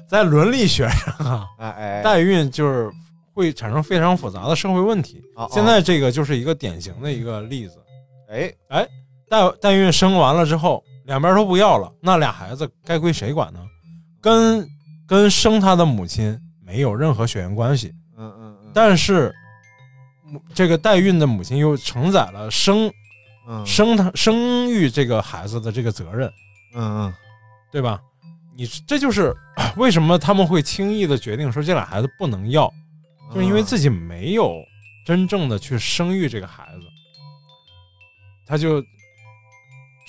C: 在伦理学上啊，
B: 哎哎，
C: 代孕就是会产生非常复杂的社会问题。
B: 啊啊
C: 现在这个就是一个典型的一个例子。
B: 哎，
C: 代代孕生完了之后，两边都不要了，那俩孩子该归谁管呢？跟跟生他的母亲没有任何血缘关系，
B: 嗯嗯嗯，
C: 但是母这个代孕的母亲又承载了生
B: 嗯
C: 生他生育这个孩子的这个责任，
B: 嗯嗯，
C: 对吧？你这就是 啊为什么他们会轻易的决定说这俩孩子不能要，就是因为自
B: 己
C: 己没有真正的去生育这个孩子，他就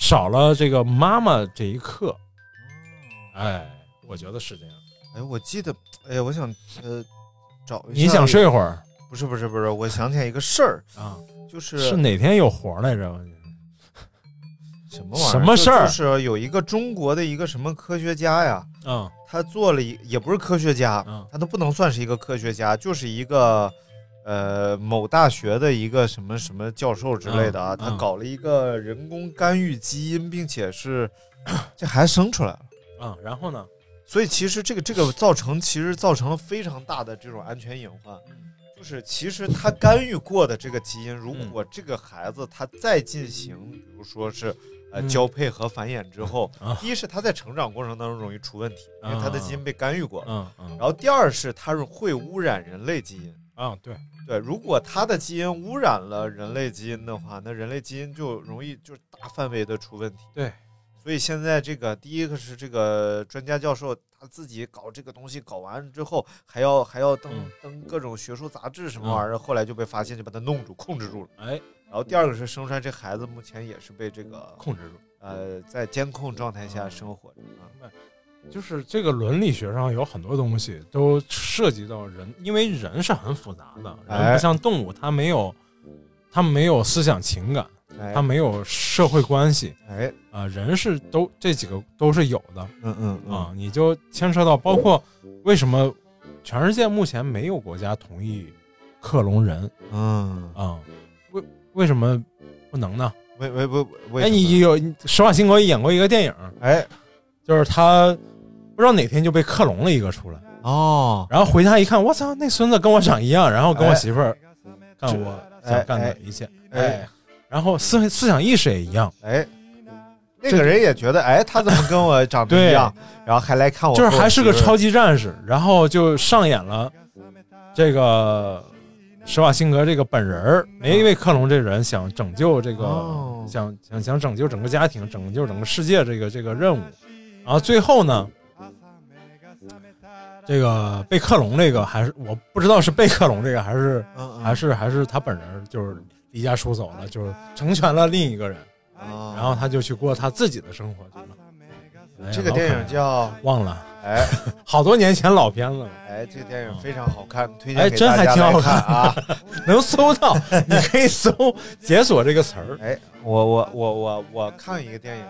C: 少了这个妈妈这一刻。哎，我觉得是这样。
B: 哎，我记得，哎呀，我想呃找一下，
C: 你想睡？会儿
B: 不是不是不是，我想起来一个事儿，
C: 啊？
B: 就是
C: 是哪天有活来着？
B: 什么玩意儿？
C: 什么事儿
B: 就就是有一个中国的一个什么科学家呀，
C: 嗯
B: 他做了一也不是科学家，
C: 嗯
B: 他都不能算是一个科学家，就是一个呃某大学的一个什么什么教授之类的啊，
C: 嗯
B: 他
C: 嗯
B: 搞了一个人工干预基因，并且是 这孩子生出来了。
C: 啊，然后呢？
B: 所以其实这个这个造成其实造成了非常大的这种安全隐患，就是其实他干预过的这个基因，如果这个孩子他再进行，比如说是呃
C: 嗯
B: 交配和繁衍之后
C: 啊，
B: 第一是他在成长过程当中容易出问题，因为他的基因被干预过，
C: 嗯嗯
B: 然后第二是他会污染人类基因。
C: 啊，对，
B: 对，如果他的基因污染了人类基因的话，那人类基因就容易就是大范围的出问题。
C: 对，
B: 所以现在这个第一个是这个专家教授他自己搞这个东西，搞完之后还要还要登、
C: 嗯
B: 登各种学术杂志什么玩意儿，后来就被发现就把他弄住控制住了。
C: 哎，
B: 然后第二个是生出来这孩子目前也是被这个
C: 控制住。
B: 呃在监控状态下生活着啊。
C: 就是这个伦理学上有很多东西都涉及到人，因为人是很复杂的，人
B: 哎
C: 不像动物，它没有，它没有思想情感，
B: 哎
C: 它没有社会关系，
B: 哎
C: 啊，人是都这几个都是有的
B: 嗯嗯嗯
C: 啊，你就牵扯到包括为什么全世界目前没有国家同意克隆人
B: 嗯，
C: 啊，为为什么不能呢？
B: 为为为为
C: 哎，
B: 什么
C: 你有施瓦辛格演过一个电影，
B: 哎
C: 就是他不知道哪天就被克隆了一个出来，
B: 哦。
C: 然后回家一看，我操，那孙子跟我长一样，然后跟我媳妇儿干我
B: 哎
C: 想干
B: 哎
C: 的一切，
B: 哎
C: 哎，然后思维思想意识也一样，
B: 哎，那个人也觉得，哎，他怎么跟我长得一样？ 然后还来看我，
C: 就是还是个
B: 跟我媳妇
C: 超级战士，然后就上演了这个施瓦辛格这个本人儿，没被克隆这人想拯救这个，
B: 哦
C: 想想想拯救整个家庭，拯救整个世界这个这个任务，然后最后呢，这个被克隆这个还是我不知道是被克隆这个还是
B: 儿，嗯嗯
C: 还是还是他本人儿就是离家出走了，就是成全了另一个人，
B: 哦
C: 然后他就去过他自己的生活去了。哎呀
B: 这个电影叫
C: 忘了。
B: 哎
C: 好多年前老片 子了，
B: 哎，这个电影非常好看，推
C: 哎
B: 荐给
C: 真
B: 大
C: 还
B: 家
C: 挺
B: 来
C: 好
B: 看啊！
C: 能搜到，你可以搜“解锁”这个词儿。
B: 哎，我我我我我看一个电影，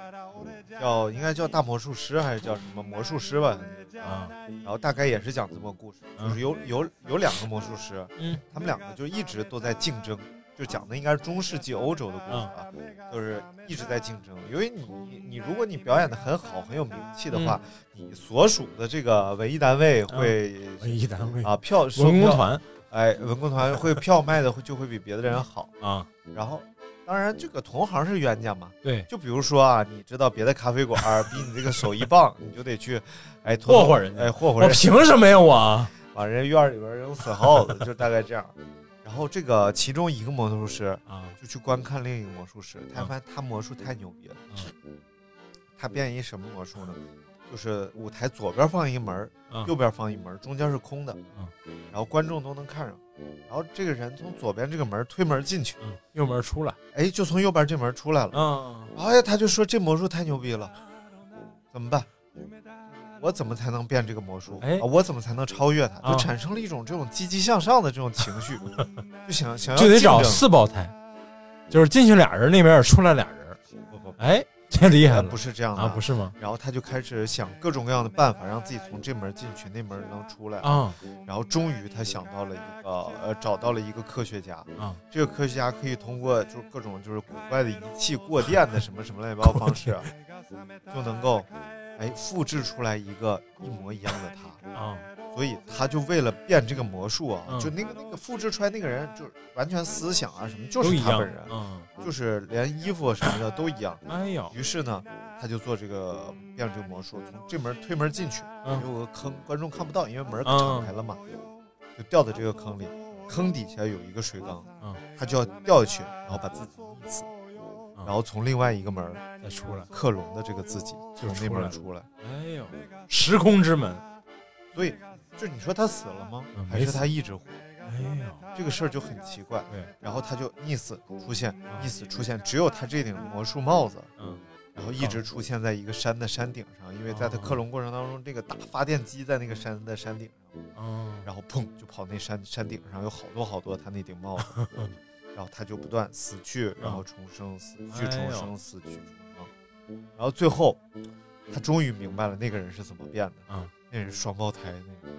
B: 叫应该叫大魔术师还是叫什么魔术师吧？
C: 啊，
B: 然后大概也是讲这么个故事，就是有有有两个魔术师，
C: 嗯，
B: 他们两个就一直都在竞争，就讲的应该是中世纪欧洲的故事啊，
C: 嗯
B: 就是一直在竞争。因为你你你如果你表演的很好，很有名气的话，
C: 嗯
B: 你所属的这个文艺单位会、
C: 文艺单位
B: 啊票
C: 嗯哎文工，
B: 售票
C: 团
B: 哎，文工团会票卖的会就会比别的人好。
C: 啊，
B: 然后，当然这个同行是冤家嘛，
C: 对，
B: 就比如说啊，你知道别的咖啡馆儿比你这个手艺棒，你就得去，哎，偷偷
C: 霍霍人家哦
B: 哎，霍霍
C: 我
B: 人，
C: 凭什么呀我？
B: 往人家院儿里边扔死耗子，就大概这样。然后这个其中一个魔术师
C: 啊，
B: 就去观看另一个魔术师，他发现他魔术太牛逼了，他变一什么魔术呢？就是舞台左边放一门儿，
C: 嗯
B: 右边放一门儿，中间是空的，然后观众都能看上。然后这个人从左边这个门儿推门进去，
C: 嗯，右门出来，
B: 哎，就从右边这门出来了。
C: 嗯，
B: 哎，他就说这魔术太牛逼了，怎么办？我怎么才能变这个魔术？
C: 哎
B: 啊我怎么才能超越他？
C: 啊
B: 就产生了一种这种积极向上的这种情 绪，就想想要
C: 啊就得找
B: 竞争
C: 四胞胎，就是进去俩人，那边也出来俩人，
B: 不不不，
C: 哎，这厉害
B: 呃
C: 了
B: 不是这样的
C: 啊，不
B: 是。
C: 是吗？
B: 然后他就开始想各种各样的办法，让自己从这门进去，那门能出来。
C: 啊
B: 然后终于他想到了一个，呃，找到了一个科学家。
C: 啊，
B: 这个科学家可以通过就是各种就是古怪的仪器、过电的什么什么乱七八糟方式，就能够哎复制出来一个一模一样的他。
C: 啊，
B: 所以他就为了变这个魔术啊，
C: 嗯
B: 就那个那个复制出来那个人，就是完全思想啊什么就
C: 都
B: 是
C: 一
B: 他
C: 样
B: 本人，，
C: 嗯，
B: 就是连衣服什么的都一样。
C: 哎呦，
B: 于是呢，他就做这个变这个魔术，从这门推门进去，
C: 嗯
B: 有个坑，观众看不到，因为门
C: 嗯
B: 敞开了嘛，就掉到这个坑里，坑底下有一个水缸，
C: 嗯
B: 他就要掉下去，然后把自己溺死，
C: 嗯
B: 然后从另外一个门儿
C: 再出来，
B: 克隆的这个自己从那门儿出来，
C: 哎呦，时空之门，
B: 所以就你说他死了吗
C: 嗯？
B: 还
C: 没
B: 是
C: 死
B: 他一直活？
C: 哎呦，
B: 这个事儿就很奇怪。
C: 对，
B: 然后他就溺死出现，溺死出现，只有他这顶魔术帽子，
C: 嗯，哦
B: 然后一直出现在一个山的山顶上，因为在他克隆过程当中，这个大发电机在那个山的山顶上，
C: 哦，
B: 然后砰就跑那山山顶上，有好多好多他那顶帽子， 然后他就不断死去，然后重生，死去重
C: 嗯哎
B: 生，死去重生，然后最后他终于明白了那个人是怎么变的，
C: 嗯，
B: 那人是双胞胎那个，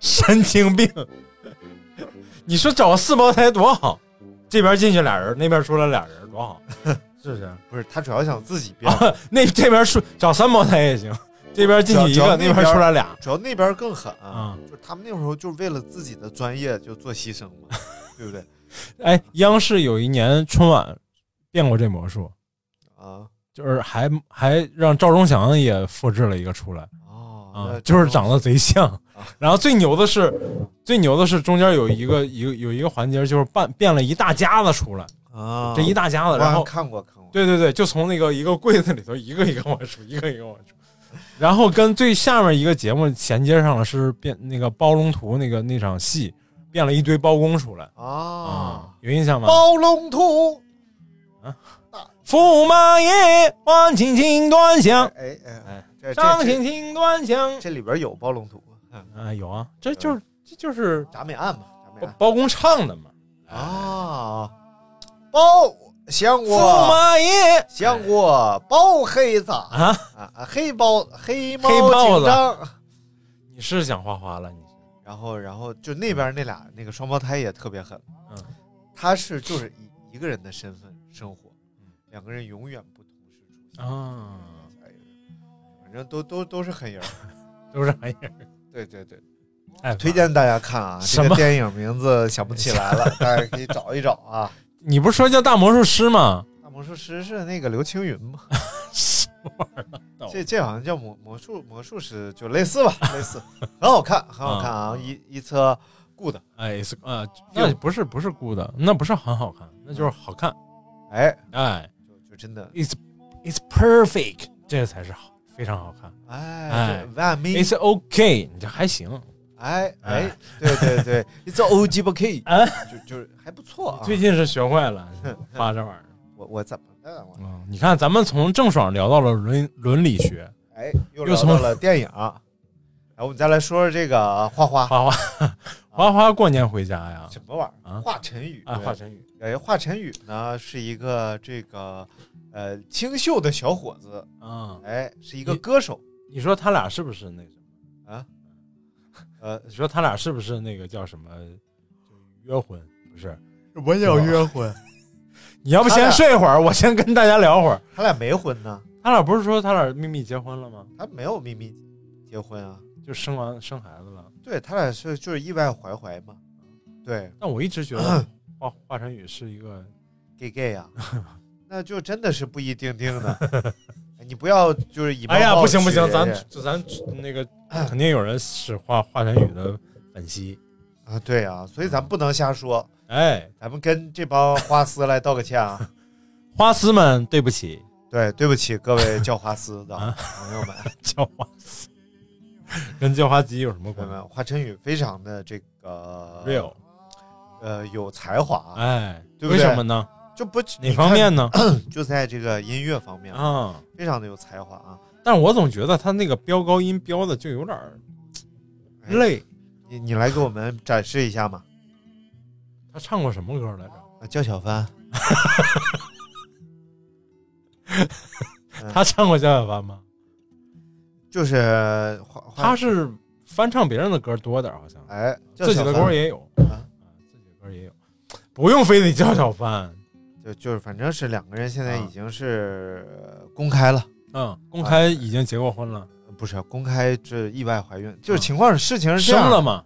C: 神经病！ 你说找个四胞胎多好，这边进去俩人，那边出来俩人，多好， 是不是？
B: 不是他主要想自己变，
C: 那这边出找三胞胎也 行，这边进去一
B: 只要只
C: 个，
B: 要那
C: 那边出来俩，
B: 主要那边更狠
C: 啊
B: 就是他们那时候就是为了自己的专业就做牺牲嘛，对不对？
C: 哎，央视有一年春晚变过这魔术，
B: 啊，
C: 就是还还让赵忠祥也复制了一个出来
B: 哦，
C: 啊
B: 那，
C: 就是长得贼像
B: 啊。
C: 然后最牛的是，最牛的是中间有一个有有一个环节，就是扮变了一大家子出来，
B: 啊，
C: 这一大家
B: 我
C: 子，
B: 好像
C: 然后
B: 看过看过，
C: 对对对，就从那个一个柜子里头一个一个往出，一个一个往出。然后跟最下面一个节目衔接上了，是变那个包龙图那个那场戏，变了一堆包公出来
B: 啊，
C: 有印象吗？
B: 包龙图，
C: 驸马爷，望青青端详，
B: 哎哎
C: 哎，
B: 这
C: 张
B: 这
C: 青
B: 这
C: 青端详。
B: 这里边有包龙图吗，嗯
C: 啊，有啊，这哎就是这就是
B: 铡美案嘛，铡美
C: 包
B: 案
C: 包公唱的嘛。
B: 啊，包香
C: 驸
B: 锅
C: 马爷
B: 香锅包黑子啊
C: 啊，
B: 啊，黑包黑猫
C: 黑豹
B: 警
C: 子
B: 长。
C: 你是想花花了你？
B: 然后，然后就那边那俩那个双胞胎也特别狠，
C: 嗯，
B: 他是就是以一个人的身份生活，
C: 嗯
B: 两个人永远不同时出现，
C: 啊，
B: 哎呀反正都都都是狠人儿。
C: 都是玩意儿。
B: 对对对，
C: 哎，
B: 推荐大家看啊，
C: 什
B: 这
C: 么
B: 个电影名字想不起来 了，大家可以找一找啊。
C: 你不是说叫大魔术师 吗？
B: 大魔术师是那个刘青云吗？
C: 什么玩意儿哦
B: 这这好像叫魔魔术魔术师，就类 似吧，类似，很好看，很好看啊，
C: 嗯
B: 一一车 good，
C: 哎，是啊，那不是不是 good，那不是很好看，那就是好看。
B: 哎，
C: 哎
B: 就就真的，
C: ，it's it's perfect，这才是好，非常好看。
B: 哎
C: 哎，
B: 万米
C: it's OK，你这还行。
B: 哎哎
C: 哎，
B: 对对对，It's O G B K，
C: 啊
B: 就就是还不错啊。
C: 最近是学坏了，花这玩意儿。
B: 我我怎么啊的我？
C: 嗯，你看，咱们从郑爽聊到了伦伦理学，
B: 哎，又
C: 又
B: 聊
C: 从
B: 到了电影，来，哎我们再来说说这个花花
C: 花花 花花过年回家呀，
B: 什么玩意
C: 啊
B: 儿？华晨宇
C: 啊，华晨宇，
B: 哎，华晨宇呢是一个这个呃清秀的小伙子，
C: 嗯，
B: 哎，是一个
C: 你
B: 歌手
C: 你说他俩是不是那什么？
B: 啊，呃，
C: 你说他俩是不是那个叫什么？就约婚不是？
B: 我
C: 想约
B: 婚，
C: 你要不
B: 他
C: 先
B: 俩
C: 睡会儿，我先跟大家聊会儿。
B: 他俩没婚呢，
C: 他俩不是说他俩秘密结婚了吗？
B: 他没有秘密结婚啊，
C: 就生完生孩子了。
B: 对他俩是就是意外怀怀嘛，对
C: 但我一直 觉得华华晨宇是一个
B: ，gay gay 啊，那就真的是不一定定的， 哎你不要就是以貌
C: 哎呀，
B: 报
C: 不行不
B: 取
C: 行，咱
B: 人家
C: 咱那个肯定有人是华华晨宇的粉丝。
B: 啊对啊，所以咱不能瞎说，
C: 哎，
B: 咱们跟这帮花丝来道个歉啊。
C: 花丝们，对不起，
B: 对，对不起各位叫花丝 的
C: 啊
B: 朋友们，
C: 叫花丝，跟叫花鸡有什么
B: 朋
C: 关
B: 友
C: 系
B: 们，华晨宇非常的这个
C: ？real，
B: 呃有才华，
C: 哎，
B: 对不
C: 为
B: 对
C: 什么呢？
B: 就不
C: 哪方？面呢？
B: 你看就在这个音乐方面，
C: 啊，
B: 非常的有才华啊。
C: 但是我总觉得他那个飙高音飙的就有点儿
B: 哎
C: 累。
B: 你你来给我们展示一 下嘛？
C: 他唱过什么歌来着？
B: 啊叫小帆，
C: 他唱过《逍遥班》吗？
B: 就是花
C: 他
B: 花，
C: 是翻唱别人的歌多点儿，好像
B: 哎，叫
C: 自己
B: 小
C: 的
B: 帆
C: 歌也有
B: 啊
C: 啊，自己的歌也有，不用非得叫小帆。
B: 就就是反正是两个人现在
C: 啊
B: 已经是呃公开了。
C: 嗯，公
B: 啊
C: 开已经结过婚了，
B: 呃不是公开这意外怀孕，就是
C: 啊
B: 情况是事情是这
C: 生
B: 样的
C: 了嘛？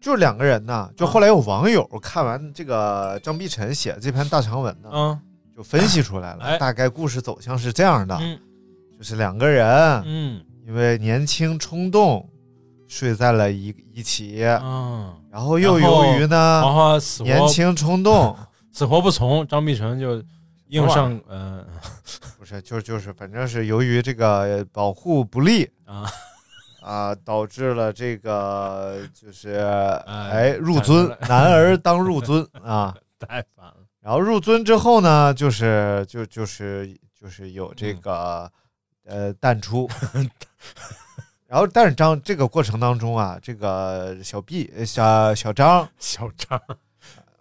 B: 就是两个人呐，就
C: 啊
B: 后来有网友看完这个张碧晨写的这篇大长文呢，
C: 嗯
B: 就分析出来了，
C: 哎
B: 大概故事走向是这样的：
C: 嗯
B: 就是两个人
C: 嗯
B: 因为年轻冲动睡在了一一起，
C: 嗯，
B: 然后又
C: 然后
B: 由于呢
C: 然后死
B: 啊年
C: 活
B: 轻冲 动，
C: 死活不从，张碧晨就硬上嗯
B: 不是就就是反正是由于这个保护不力
C: 啊
B: 啊，导致了这个就是
C: 哎
B: 哎入尊
C: 产，生了
B: 男儿当入尊啊。
C: 太烦了，
B: 然后入尊之后呢，就是就就是就是有
C: 嗯
B: 这个、呃淡 出，然后但是张这个过程当中啊，这个小毕呃小小张
C: 小张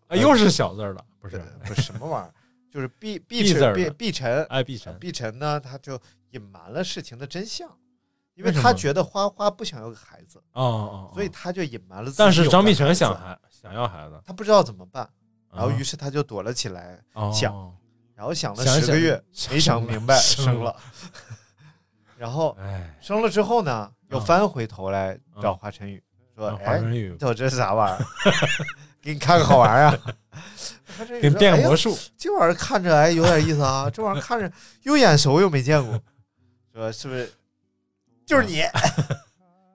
C: 啊，又是小字儿了，不
B: 不
C: 是？
B: 不是什么玩意儿，就是毕毕
C: 毕字
B: 晨
C: 儿
B: 毕
C: 的
B: 毕晨
C: 哎，碧晨，
B: 毕晨呢，他就隐瞒了事情的真相，因
C: 为什
B: 他
C: 么
B: 觉得花花不想要个孩子，
C: 哦哦，哦
B: 所以他就隐瞒了自己有个
C: 但
B: 孩子。
C: 是张碧晨想孩想要孩子，
B: 他不知道怎么办，然后
C: 啊
B: 于是他就躲了起来，
C: 哦
B: 想然后想了
C: 想
B: 十个
C: 想
B: 月，
C: 想
B: 没想
C: 生了
B: 明白，
C: 生
B: 生
C: 了
B: 了。然后
C: 哎，
B: 生了之后呢，又
C: 嗯
B: 翻回头来找
C: 嗯
B: 华晨宇，说
C: 让：“华
B: 哎，
C: 晨宇
B: 你瞅这是啥玩意儿？ 给你看个好玩 儿啊！”华晨宇
C: 给
B: 说
C: 变
B: 哎
C: 个
B: 呀
C: 魔术，
B: 这玩意儿看着哎有点意思啊，这玩意儿看着又眼熟又没见过，说是不是？就是 你。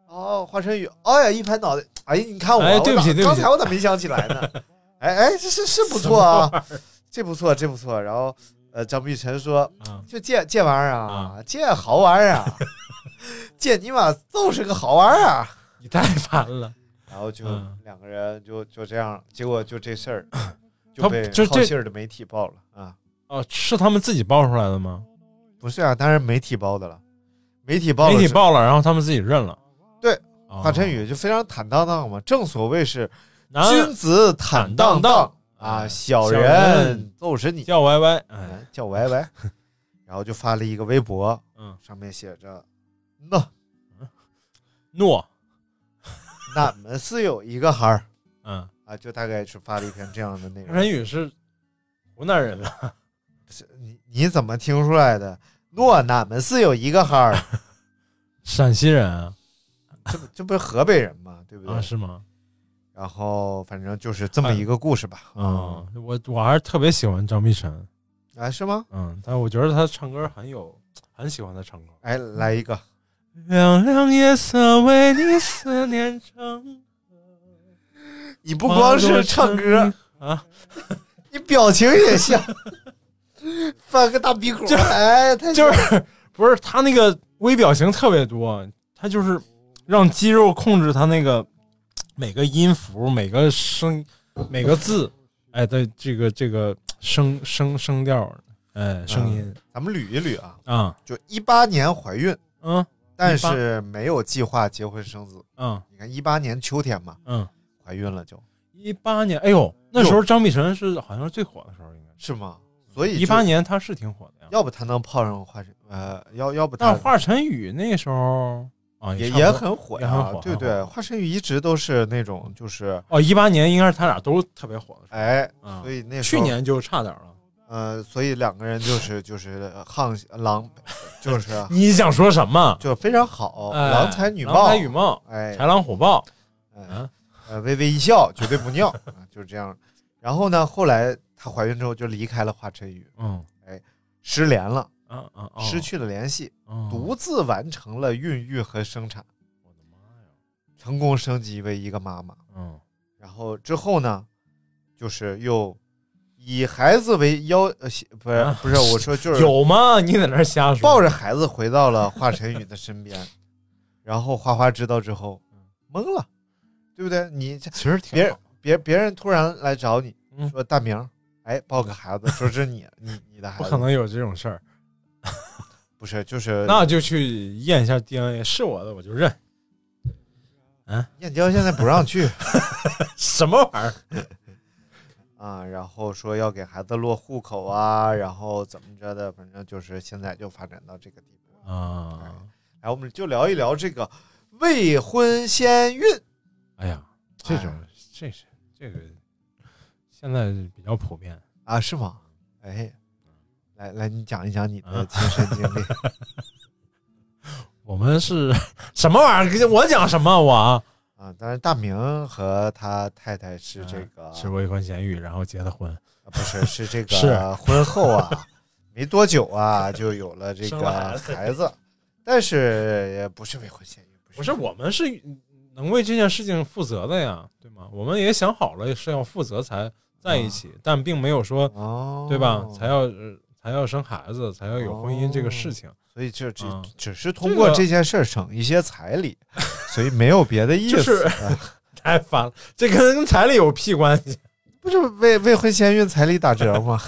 B: 哦，华晨宇，哎呀，一拍脑袋，哎，你看我，
C: 哎
B: 我
C: 对不起
B: 咋
C: 对不
B: 刚
C: 起
B: 才我咋没想起来呢？哎哎，这是是不错啊，这不错，这不错。然后，呃，张碧晨说，
C: 啊，
B: 就这这玩意儿
C: 嗯
B: 啊，这好玩意儿啊， 这尼玛就是个好玩意儿啊。
C: 你太烦了。
B: 然后就
C: 嗯
B: 两个人就就这样，结果就这事儿就
C: 他
B: 被
C: 就
B: 好
C: 这
B: 信儿的媒体报了啊。
C: 哦，是他们自己爆出来的吗？
B: 不是啊，当然媒体报的了，媒体报了
C: 媒
B: 之后，
C: 体报了，然后他们自己认了。
B: 对
C: 哦，
B: 华晨宇就非常坦荡荡嘛，正所谓是
C: 男
B: 君子坦荡荡啊，
C: 哎
B: 小
C: 小
B: 人
C: 人
B: 就是你，
C: 叫歪歪，哎，
B: 哎叫歪 歪，然后就发了一个微博，
C: 嗯，
B: 上面写着，那
C: 诺，
B: 俺们是有一个孩儿
C: 嗯，
B: 啊，就大概是发了一篇这样的内
C: 华
B: 容。
C: 晨宇是湖南人啊吧？
B: 是你你怎么听出来的？诺，俺们是有一个孩儿，
C: 陕西人啊？
B: 这不这不是河北人吗？对不对
C: 啊，？是哎吗？
B: 然后反正就是这么一个故事吧。
C: 啊，我我还是特别喜欢张碧晨，
B: 嗯，啊，是吗？
C: 嗯，但我觉得他唱歌很有，很喜欢他唱歌。
B: 哎，来一个。
C: 亮亮夜色为你思念成，
B: 你不光是唱歌，
C: 啊，
B: 你表情也像，翻个大鼻孔，哎， 太
C: 就
B: 像
C: 是 不是他那个微表情特别多，他就是让肌肉控制他那个每个音符、每个声、每个字，哎的这个这个声声声调，哎声音
B: 嗯咱们捋一捋啊，
C: 啊
B: 就一八年怀孕，
C: 嗯
B: 但是没有计划结婚生子。
C: 嗯
B: 你看一八年秋天嘛，
C: 嗯，
B: 怀孕了就
C: 一八年，哎呦，那时候张碧晨是好像是最火的时候，应该
B: 是吗？所以
C: 一
B: 就
C: 八，年他是挺火的呀。
B: 要不他能泡上华晨，呃，要要不
C: 但
B: 他
C: 是华晨宇那时候啊，
B: 也
C: 差不多
B: 也很火
C: 也
B: 呀
C: 很火，啊
B: 对
C: 很
B: 对，
C: 火
B: 华晨宇一直都是那种就是
C: 哦，一八年应该是他俩都特别火的时
B: 哎，
C: 候。啊
B: 所，以那时
C: 去
B: 候
C: 年就差点了。
B: 呃，所以两个人就是就是呃浪郎，就是
C: 你想说什么？
B: 就非常好，
C: 哎
B: 哦郎才女
C: 郎
B: 貌
C: 才，女貌，
B: 哎，
C: 豺狼虎豹。
B: 嗯
C: 嗯，
B: 呃，微微一笑，绝对不尿， 啊就是这样。然后呢，后来她怀孕之后就离开了华晨宇，
C: 嗯
B: 失联了，
C: 啊啊，哦
B: 失去了联系，
C: 哦
B: 独自完成了孕育和生产，
C: 我的妈呀！
B: 成功升级为一个妈妈。
C: 嗯
B: 然后之后呢，就是又以孩子为要，呃，不是
C: 啊
B: 不是，我说就是
C: 有吗？你在那儿瞎说。
B: 抱着孩子回到了华晨宇的身边。然后花花知道之后懵了，对不对？你这
C: 其实挺
B: 别人
C: 好
B: 别别人突然来找你
C: 嗯
B: 说大明儿，哎，抱个孩子，说是你你你的孩
C: 不
B: 子，
C: 可能有这种事儿，
B: 不是就是
C: 那就去验一下 DNA，是我的我就认。
B: 燕郊现在不让去
C: 什么玩意儿？
B: 啊，然后说要给孩子落户口啊，然后怎么着的，反正就是现在就发展到这个地步。
C: 啊，
B: 来，我们就聊一聊这个未婚先孕，
C: 哎呀，这种这是这个现在比较普遍。
B: 啊，是吗？哎，来来，你讲一讲你的
C: 啊
B: 亲身经历。
C: 我们是 什么玩意儿？我讲什么我啊？
B: 啊，当然，大明和他太太是这个，
C: 啊是未婚先孕，然后结的婚，
B: 啊不是是 这
C: 是
B: 个婚后啊，没多久 啊就有了这
C: 生
B: 个
C: 了孩子
B: 孩子，但是也不是未婚先孕，
C: 不是我们是能为这件事情负责的呀，对吗？我们也想好了是要负责才在一起，但并没有说
B: 哦，
C: 对吧？才要呃才要生孩子，才要有婚姻这个事情。
B: 所以就只
C: 嗯
B: 只是通过这件事儿省一些彩礼，所以没有别的意思。
C: 就是
B: 啊
C: 太烦了，这跟彩礼有屁关系
B: 不是未未婚先孕彩礼打折 吗？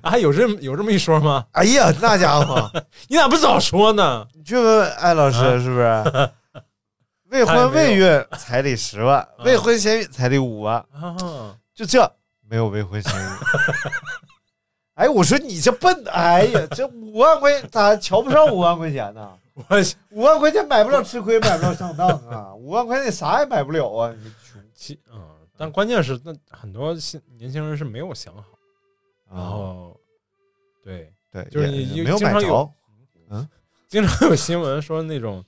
C: 啊？有这么有这么一说吗？
B: 哎呀，那家伙，
C: 你咋不早说呢？
B: 你去问问艾老师
C: 啊
B: 是不 是？未婚未孕彩礼十万，
C: 嗯
B: 未婚先孕彩礼五万，
C: 啊，
B: 就这没有未婚先孕。 哎，我说你这笨的，哎呀，这五万块钱咋瞧不上五万块钱呢？
C: 我
B: 五万块钱买不了吃亏，买不了上当啊！五万块钱你啥也买不了啊！你穷
C: 其嗯，但关键是那很多新年轻人是没有想好，
B: 啊
C: 然后对，
B: 对，
C: 就是
B: 也
C: 你
B: 也
C: 你
B: 没有
C: 经
B: 买
C: 常有
B: 着，
C: 经常有新闻说那种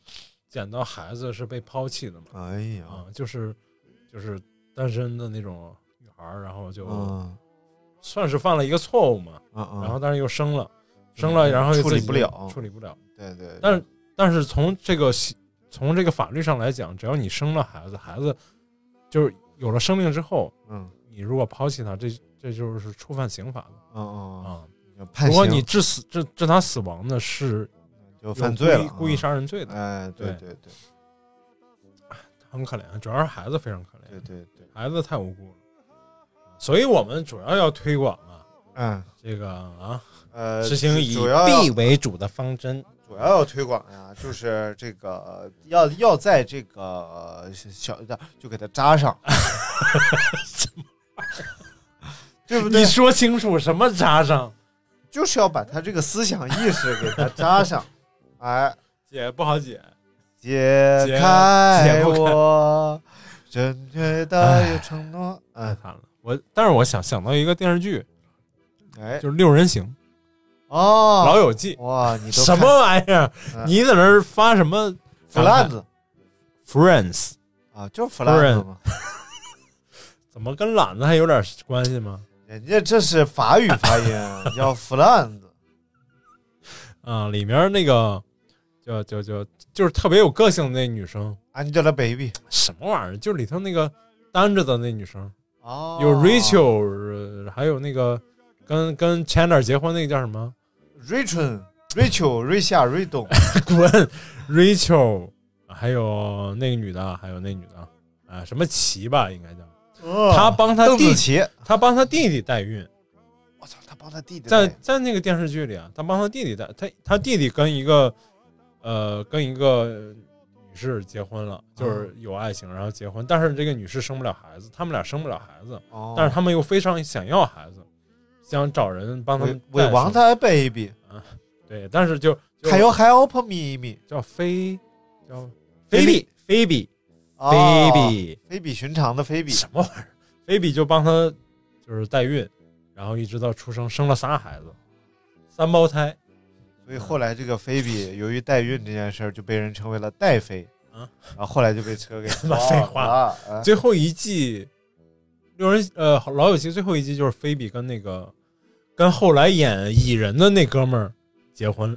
C: 捡到孩子是被抛弃的嘛，
B: 哎呀，
C: 啊，就是就是单身的那种女孩儿，然后就
B: 嗯
C: 算是犯了一个错误嘛，
B: 嗯嗯，
C: 然后但是又生了，生了然后又
B: 处理
C: 自己
B: 不了
C: 处理不了。
B: 对对，
C: 但是但是从这个习从这个法律上来讲，只要你生了孩子，孩子就是有了生命之后，
B: 嗯
C: 你如果抛弃他，这这就是触犯刑法的
B: 嗯嗯
C: 啊。
B: 嗯，判
C: 如果你
B: 刑
C: 致死致致他死亡呢，是
B: 就
C: 有
B: 犯罪
C: 故
B: 了
C: 意，故意
B: 嗯。
C: 杀人罪的，
B: 哎，对对
C: 对
B: 对
C: 很可怜。主要是孩子非常可
B: 对
C: 怜，
B: 对对，
C: 孩子太无辜了。所以我们主要要推广啊，
B: 嗯
C: 这个啊，
B: 呃，
C: 实行以
B: 主要要
C: 地为主的方针。
B: 主要要推广呀，就是这个呃要要在这个呃小的就给它扎上， 对不对
C: 你？说清楚什么扎上？
B: 就是要把他这个思想意识给它扎 上，哎，
C: 姐不好解，
B: 解
C: 解
B: 开
C: 解不开
B: 我正确的有承诺，
C: 太
B: 嗯，
C: 哎惨了。我但是我想想到一个电视剧，
B: 哎，
C: 就是《六人行》
B: 哦，
C: 老友记》，
B: 哇，你都
C: 什么玩意儿？
B: 嗯
C: 你在那儿发什么
B: 腐烂子
C: ？Friends
B: 啊？就是腐烂子嘛，
C: 怎么跟懒子还有点关系吗？
B: 人家这是法语发 音，叫腐烂子。
C: 啊，里面那个就就就就是特别有个性的那女生，
B: 啊 Angelababy
C: 什么玩意儿？就是里头那个单着的那女生，
B: 哦，
C: 有 Rachel，、呃还有那个跟跟 Chandler 结婚那个叫什么？
B: Rachel、Rachel、瑞夏、瑞东，
C: 滚，Rachel，还有那个女的，还有那女的，啊，什么琪吧，应该叫。
B: 哦
C: 他帮他
B: 邓
C: 弟
B: 紫，棋，
C: 他帮他弟弟代孕，
B: 我操，他帮他弟弟
C: 在
B: 带
C: 在那个电视剧里啊，他帮他弟弟代，他他弟弟跟一个呃，跟一个女士结婚了，
B: 哦
C: 就是有爱情，然后结婚，但是这个女士生不了孩子，他们俩生不了孩子，
B: 哦
C: 但是他们又非常想要孩子，想找人帮他们
B: 伪伪
C: 带
B: 王
C: 生
B: 他 baby，
C: 对，但是就就
B: 还有 help me me
C: 叫非叫
B: 菲比
C: 菲比
B: 哦
C: 菲比
B: 非比寻常的非比，
C: 什么玩意儿？菲比就帮他就是代孕，然后一直到出生，生了仨孩子，三胞胎。
B: 所以后来这个菲比由于代孕这件事儿就被人称为了代妃，
C: 啊
B: 然后后来就被车 给
C: 妈废话
B: 了，啊
C: 最后一季六人呃老友记最后一季就是菲比跟那个跟后来演蚁人的那哥们儿结婚，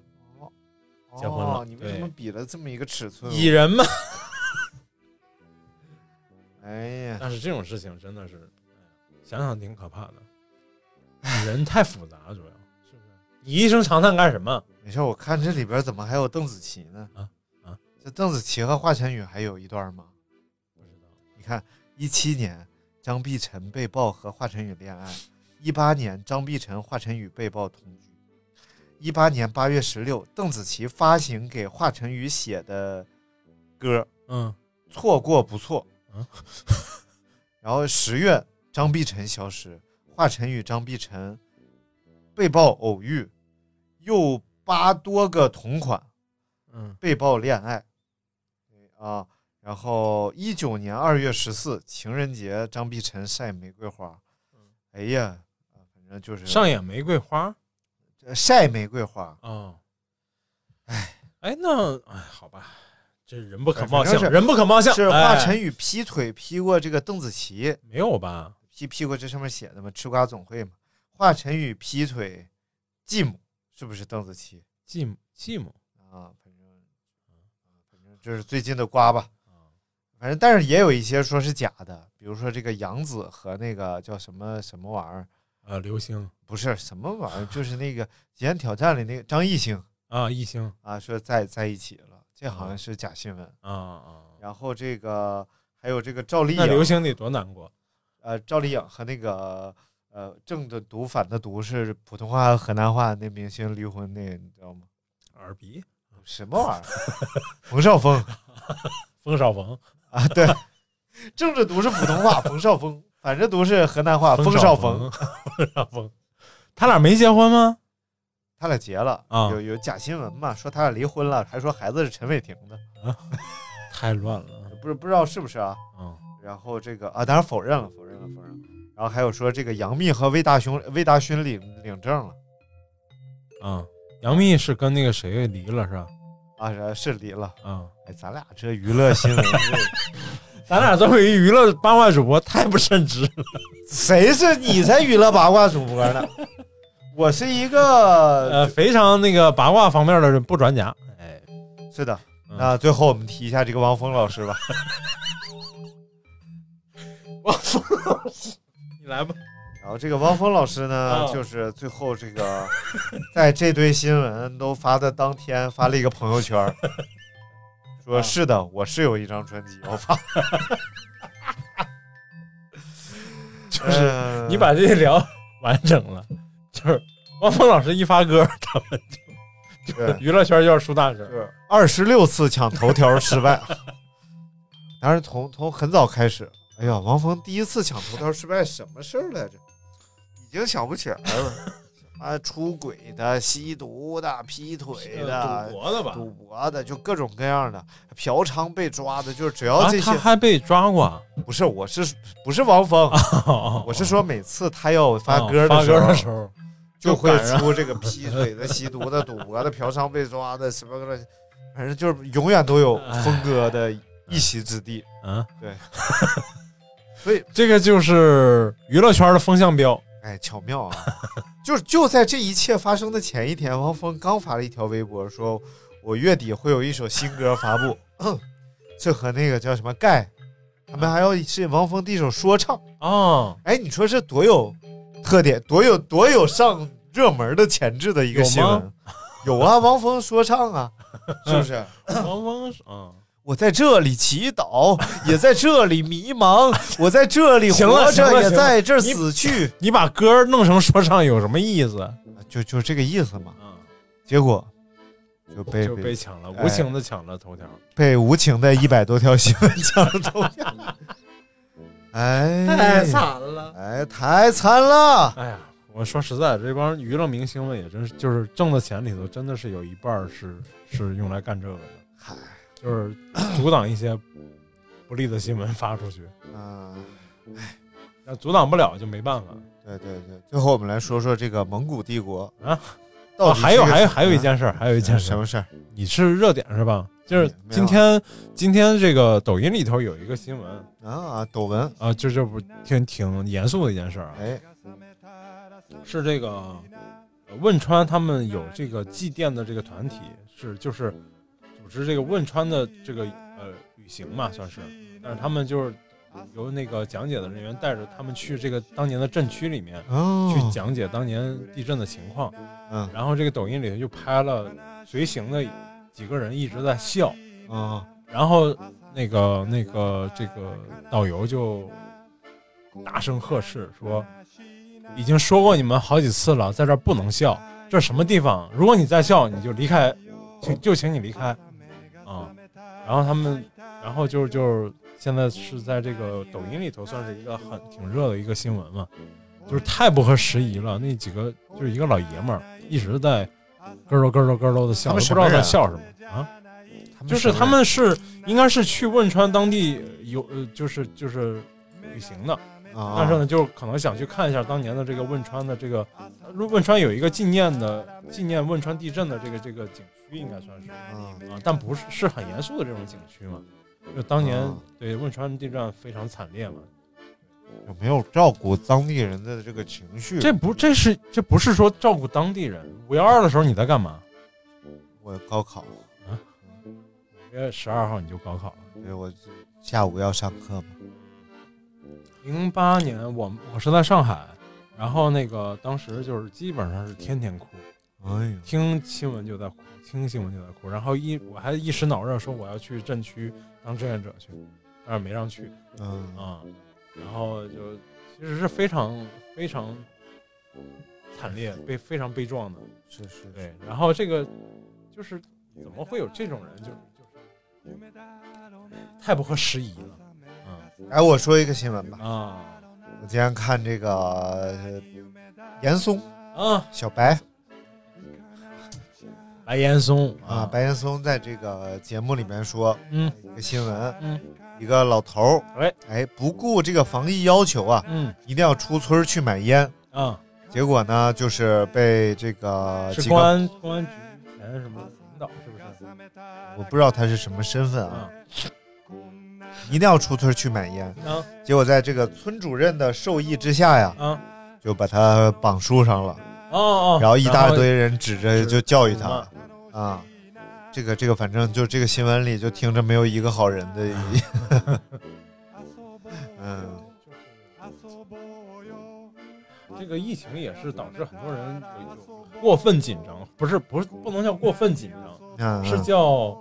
C: 结婚了
B: 哦你为什么
C: 对
B: 比了这么一个尺寸？
C: 蚁人嘛。
B: 哎呀，
C: 但是这种事情真的是哎想想挺可怕的，蚁人太复杂了主要是不是？你一声长叹干什么？
B: 没事，我看这里边怎么还有邓紫棋呢？
C: 啊啊，
B: 这邓紫棋和华晨宇还有一段吗？
C: 不知道，
B: 你看，一七年张碧晨被曝和华晨宇恋爱，一八年张碧晨、华晨宇被曝同居，一八年八月十六，邓紫棋发行给华晨宇写的歌
C: 嗯，
B: 《错过不错》
C: 嗯
B: 然后十月张碧晨消失，华晨宇、张碧晨被曝偶遇，又扒多个同款，
C: 嗯，
B: 被曝恋爱，对啊，然后一九年二月十四情人节，张碧晨晒玫瑰花，哎呀，啊反正就是
C: 上演玫瑰花
B: 呃晒玫瑰花，
C: 啊，哎哎那哎好吧，这人不
B: 哎
C: 可
B: 反
C: 貌
B: 正
C: 相，
B: 是
C: 人不可貌相，
B: 是华
C: 哎
B: 晨宇劈腿劈过这个邓紫棋，
C: 没有吧？
B: 劈劈过这上面写的嘛，吃瓜总会嘛，华晨宇劈腿继母是不是邓紫棋
C: 寂寞寂寞，
B: 啊？反正反正这是最近的瓜吧。反正，但是也有一些说是假的，比如说这个杨紫和那个叫什么什么玩意儿，
C: 呃，流星
B: 不是什么玩意儿，就是那个《极限挑战》里那个张艺兴
C: 啊，一星
B: 啊，说在在一起了，这好像是假新闻。
C: 啊啊，
B: 然后这个还有这个赵丽
C: 那流
B: 颖，
C: 星得多难过
B: 呃，赵丽颖和那个呃正的读反的读是普通话和河南话那明星离婚那个，你知道吗？
C: 耳鼻，
B: 什么玩意儿？冯绍峰
C: 冯绍峰，
B: 啊，对，正着读是普通话，冯绍峰反着读是河南话，啊冯
C: 绍
B: 绍 峰。，
C: 冯绍峰，他俩没结婚吗？
B: 他俩结了，
C: 啊
B: 有有假新闻嘛，说他俩离婚了，还说孩子是陈伟霆的，
C: 太乱了，
B: 不是不知道是不是啊？
C: 嗯，
B: 然后这个啊，当然否认了，否认了，否认了。然后还有说这个杨幂和魏大勋，魏大勋领领证了
C: 啊，杨幂是跟那个谁离了是吧？
B: 啊，然后是离了。
C: 啊，
B: 哎，咱俩这娱乐新闻，这
C: 咱俩作为娱乐八卦主播太不称职了，
B: 谁是你才娱乐八卦主播 呢？我是一个
C: 呃，，非常那个八卦方面的不专家，哎，
B: 是的。
C: 嗯
B: 那最后我们提一下这个王峰老师吧。
C: 你来吧，
B: 然后这个汪峰老师呢，
C: 啊
B: 就是最后这个，在这堆新闻都发的当天，发了一个朋友圈 儿，说
C: 啊
B: 是的，我是有一张专辑要发，
C: 就是
B: 嗯
C: 呃你把这聊完整 了，就是汪峰老师一发歌，他们就
B: 对
C: 就 娱乐圈就要出大事儿，
B: 是二十六次抢头条失败，当然从从很早开始，哎呀，王峰第一次抢头条失败什么事儿来着？已经想不起来了，什么出轨的、吸毒的、劈腿的、
C: 呃赌博的吧？
B: 赌博的，就各种各样的，嫖娼被抓的，就是只要
C: 啊，
B: 这些、
C: 他还被抓过 啊，
B: 不是，我是不是王峰？
C: 哦
B: 我是说每次他要发歌
C: 发
B: 的时
C: 歌
B: 候，
C: 的时候，
B: 就会
C: 就赶上
B: 出这个劈腿的、吸毒的、赌博的、嫖娼被抓的什么乱七，反正就是永远都有
C: 哎
B: 峰哥的一席之地。
C: 嗯，
B: 对，所以
C: 这个就是娱乐圈的风向标，
B: 哎，巧妙啊！就是就在这一切发生的前一天，王峰刚发了一条微博，说我月底会有一首新歌发布，嗯这和那个叫什么盖，他们还要是王峰第一首说唱。
C: 哦，
B: 哎，你说这多有特点，多有多有上热门的潜质的一个新
C: 有
B: 闻。有啊，汪峰说唱啊，是不是？
C: 汪峰是啊，
B: 我在这里祈祷，也在这里迷 茫，我在这里
C: 行了
B: 活
C: 行了
B: 着，也
C: 行了
B: 在这儿
C: 你
B: 死去，
C: 你把歌弄成说唱有什么意思？
B: 就就这个意思嘛。
C: 嗯，
B: 结果就被
C: 就被
B: 被
C: 抢了，
B: 哎
C: 无情的抢了头条。
B: 被无情的一百多条新闻抢了头条， 哎，
F: 太
C: 嗯
F: 惨了。
B: 哎，太惨了！
C: 哎呀，我说实在，这帮娱乐明星们也真是，就是挣的钱里头，真的是有一半儿是是用来干这个的，
B: 嗨，
C: 就是阻挡一些不利的新闻发出去，
B: 啊，
C: 那阻挡不了就没办法
B: 对对对，最后我们来说说这个蒙古帝国
C: 啊。
B: 到
C: 啊
B: 底是
C: 还有
B: 个
C: 还
B: 什么
C: 有
B: 哎
C: 还有一件事儿，还有一件事
B: 什
C: 儿，
B: 么事儿？
C: 你是热点是吧？就是
B: 没有
C: 今天今天这个抖音里头有一个新闻
B: 啊，斗文，
C: 啊，就这不挺挺严肃的一件事儿啊，
B: 哎，
C: 是这个呃汶川他们有这个祭奠的这个团体，是就是组织这个汶川的这个呃旅行嘛，算是，但是他们就是由那个讲解的人员带着他们去这个当年的震区里面
B: 哦，
C: 去讲解当年地震的情况，
B: 嗯
C: 然后这个抖音里就拍了随行的几个人一直在笑，
B: 啊，
C: 然后那个那个这个导游就大声呵斥说：“已经说过你们好几次了，在这儿不能笑，这什么地方？如果你再笑，你就离开，请就请你离开啊！”然后他们，然后就就是现在是在这个抖音里头算是一个很挺热的一个新闻嘛，就是太不合时宜了。那几个就是一个老爷们儿一直在咯咯咯咯咯咯的笑，
B: 他们
C: 都不
B: 什
C: 知
B: 么
C: 道
B: 人啊
C: 在笑什么啊。
B: 嗯
C: 就是他们是应该是去汶川当地有呃，就是就是旅行的，
B: 啊，
C: 但是呢，就可能想去看一下当年的这个汶川的这个，汶川有一个纪念的纪念汶川地震的这个这个景区，应该算是
B: 啊
C: 啊，但不是是很严肃的这种景区嘛，就当年
B: 啊
C: 对汶川地震非常惨烈嘛，
B: 有没有照顾当地人的这个情绪？
C: 这不这是这不是说照顾当地人，五幺二的时候你在干嘛？
B: 我高考，
C: 五月十二号你就高考了。
B: 对我下午要上课嘛，
C: 零八年我我是在上海，然后那个当时就是基本上是天天哭，
B: 哎呦，
C: 听新闻就在哭，听新闻就在哭，然后一我还一时脑热说我要去镇区当志愿者去，但是没让去
B: 嗯
C: 啊、然后就其实是非常非常惨烈，被非常悲壮的，
B: 是是，
C: 对，然后这个就是怎么会有这种人，就是就是太不合时宜了，
B: 哎，我说一个新闻吧，
C: 嗯啊
B: 我今天看这个呃严嵩
C: 啊，
B: 小白
C: 白岩松
B: 啊，白岩松在这个节目里面说
C: 嗯
B: 一个新闻，
C: 嗯
B: 一个老头儿，
C: 哎
B: 哎，不顾这个防疫要求啊，
C: 嗯
B: 一定要出村儿去买烟，
C: 啊，
B: 结果呢，就是被这个
C: 是
B: 几
C: 公
B: 个
C: 安公安局前什么领导是不是？
B: 我不知道他是什么身份啊，
C: 啊
B: 一定要出村儿去买烟，
C: 啊
B: 结果在这个村主任的授意之下呀，
C: 啊
B: 就把他绑树上了，
C: 哦哦，
B: 然后一大堆人指着
C: 是
B: 就教育他
C: 啊
B: 啊。这个这个，反正就这个新闻里就听着没有一个好人的一， 嗯，
C: 这个疫情也是导致很多人有有过分紧张，不是不是不能叫过分紧张，
B: 嗯
C: 是叫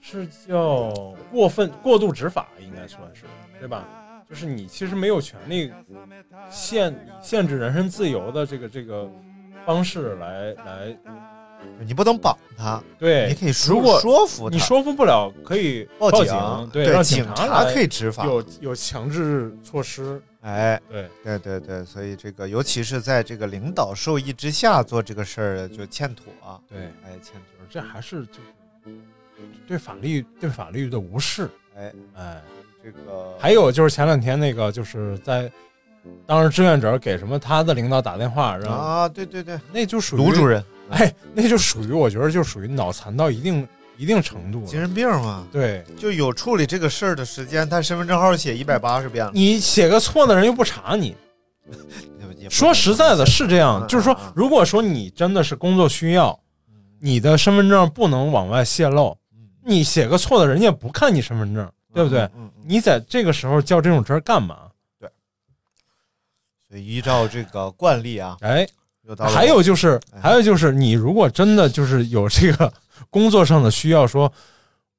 C: 是叫过分过度执法，应该算是对吧？就是你其实没有权利限限制人身自由的这个这个方式来来
B: 你不能绑他，
C: 对，
B: 你可以说
C: 如果
B: 说服他，
C: 你说服不了，可以
B: 报
C: 警，
B: 对，
C: 让
B: 警
C: 察来
B: 可以执法，
C: 有有强制措施，
B: 哎，
C: 对，
B: 对对对，所以这个尤其是在这个领导授意之下做这个事儿就欠妥、
C: 对，
B: 哎欠妥，
C: 嗯这还是就是对法律对法律的无视，
B: 哎
C: 哎，
B: 这个
C: 还有就是前两天那个就是在当时志愿者给什么他的领导打电话，然后
B: 啊，对对对，
C: 那就属于
B: 卢主，任
C: 哎，那就属于我觉得就属于脑残到一定一定程度
B: 精
C: 了，
B: 神病嘛，
C: 对
B: 就有处理这个事儿的时间，他身份证号写一百八十遍了，
C: 你写个错的人又不查你，
B: 也不也不
C: 说实在的，是这样
B: 嗯，
C: 就是说
B: 嗯嗯，
C: 如果说你真的是工作需要，你的身份证不能往外泄露，你写个错的，人家不看你身份证，对不对？
B: 嗯嗯嗯
C: 你在这个时候较这种真儿干嘛？
B: 所以依照这个惯例啊，
C: 哎，
B: 又到了
C: 还有就是，
B: 哎
C: 还有就是，你如果真的就是有这个 工作上的需要，说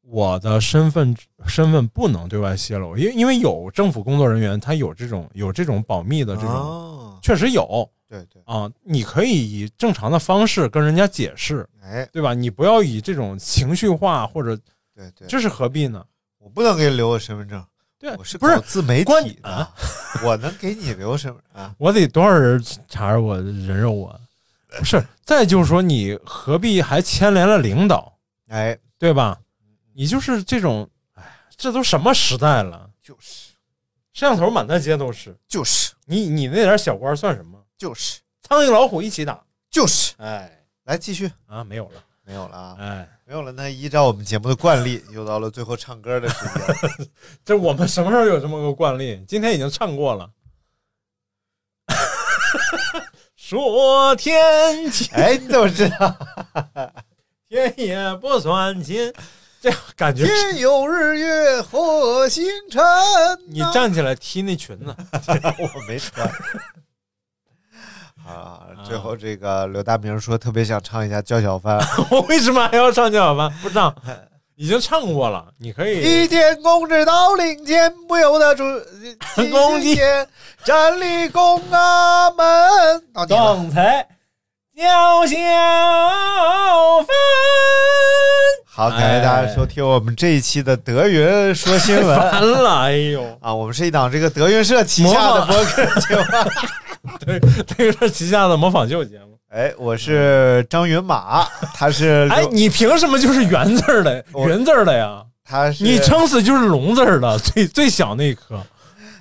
C: 我的身份身份不能对外泄露，因为因为有政府工作人员他有这种有这种保密的这种，
B: 哦，
C: 确实有，
B: 对对，
C: 啊，你可以以正常的方式跟人家解释，
B: 哎，
C: 对吧？你不要以这种情绪化或者
B: 对对，
C: 这是何必呢？
B: 我不能给你留我身份证，
C: 对，
B: 我是
C: 不是
B: 搞自媒
C: 关
B: 体的，我能给你留身份啊？
C: 我得多少人查着我人肉我？不是，再就是说，你何必还牵连了领导，
B: 哎，
C: 对吧？你就是这种，哎，这都什么时代了？
B: 就是
C: 摄像头满大街都是，
B: 就是
C: 你你那点小官算什么？
B: 就是
C: 苍蝇老虎一起打，
B: 就是，
C: 哎
B: 来继续，
C: 啊，没有了，
B: 没有了啊，
C: 哎，
B: 没有了。那依照我们节目的惯例，又到了最后唱歌的时间。
C: 这我们什么时候有这么个惯例？今天已经唱过了。 说天晴，
B: 哎，你怎么知道？
C: 天也不算晴，这感觉是
B: 天有日月和星辰
C: 你
B: 呐。
C: 站起来踢那裙子，
B: 我没 穿。啊，最后这个刘大明说特别想唱一下焦小帆，
C: 我为什么还要唱叫小帆？不知道，已经唱过了，你可 以
B: 一天公至到领间，不由得 出
C: 公鸡
B: 间，站立宫阿门。到你了，
C: 才叫小帆，
B: 好，感谢大家收听我们这一期的德云说新闻
C: 完了，哎呦，
B: 啊，我们是一档这个德云社旗下的
C: 模仿
B: 播客节目。
C: 对，这个是旗下的模仿秀节目。
B: 哎，我是张云马，他 是
C: 哎，你凭什么就是圆字儿的
B: 我
C: 圆字儿的呀？
B: 他是
C: 你撑死就是龙字儿的最最小那一颗。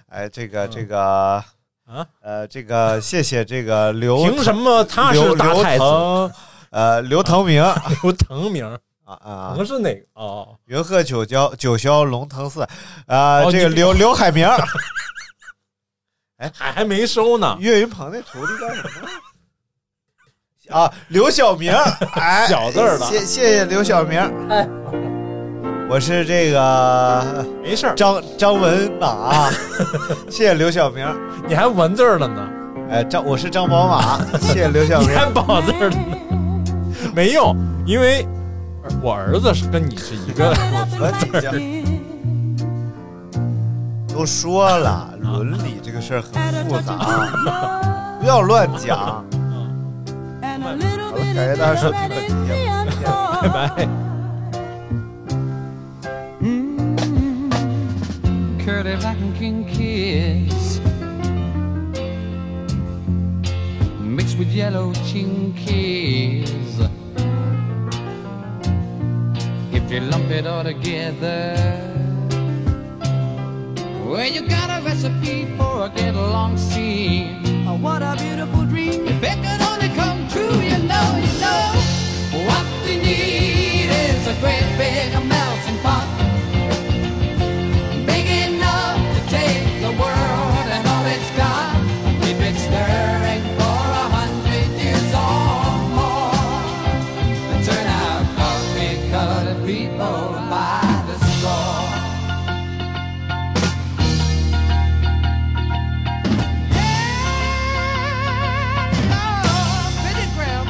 B: 哎，这个这个
C: 嗯啊，
B: 呃，这 个谢谢这个刘
C: 凭什么他
B: 刘
C: 是大
B: 刘
C: 太子？
B: 腾，呃，刘腾明啊
C: 刘腾名儿，
B: 啊
C: 腾，是哪个？哦，
B: 云鹤九霄九霄龙腾寺，呃，
C: 哦
B: 这个
C: 你
B: 刘刘海明，
C: 还还没收呢。
B: 岳云鹏那徒弟叫什么？啊，刘小明， 哎，
C: 小字儿的
B: 谢谢谢刘小明，哎，我是这个
C: 没事儿，
B: 张张文马，啊谢谢刘小明，
C: 你还文字儿了呢，
B: 哎，张我是张宝马，谢谢刘小
C: 你
B: 明，
C: 还宝字儿了呢，没用，因为我儿子是跟你是一个。
B: 文理家都说了，伦理这个事儿很复杂，啊不要乱讲。好了，感谢大家收听本期节目。
C: 拜拜。
F: Curly black and king kiss mixed with yellow chinkies. If you lump it all together, well, you got a recipe for a get along scene. Oh, what a beautiful dream! If it could only come true, you know, you know. What we need is a great big melting pot big enough to take the world and all it's got. Keep it stirring for a hundred years or more. And turn out coffee colored people by the score. Yeah, oh, pretty ground.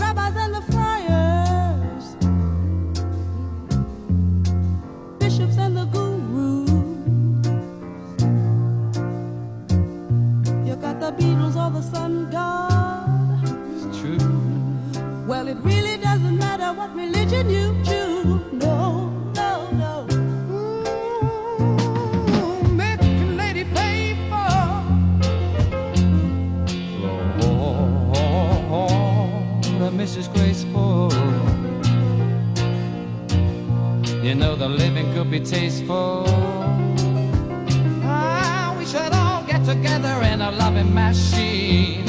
G: Rabbis and the friars, bishops and the gurus. You got the Beatles or the Sun God.
F: It's true.
G: Well, it really doesn't matter what religion you choose. No, no, no. Mm,
F: Mexican lady faithful. Lord, Mrs. Graceful. You know the living could be tasteful. Ah, we should all get together in a loving machine.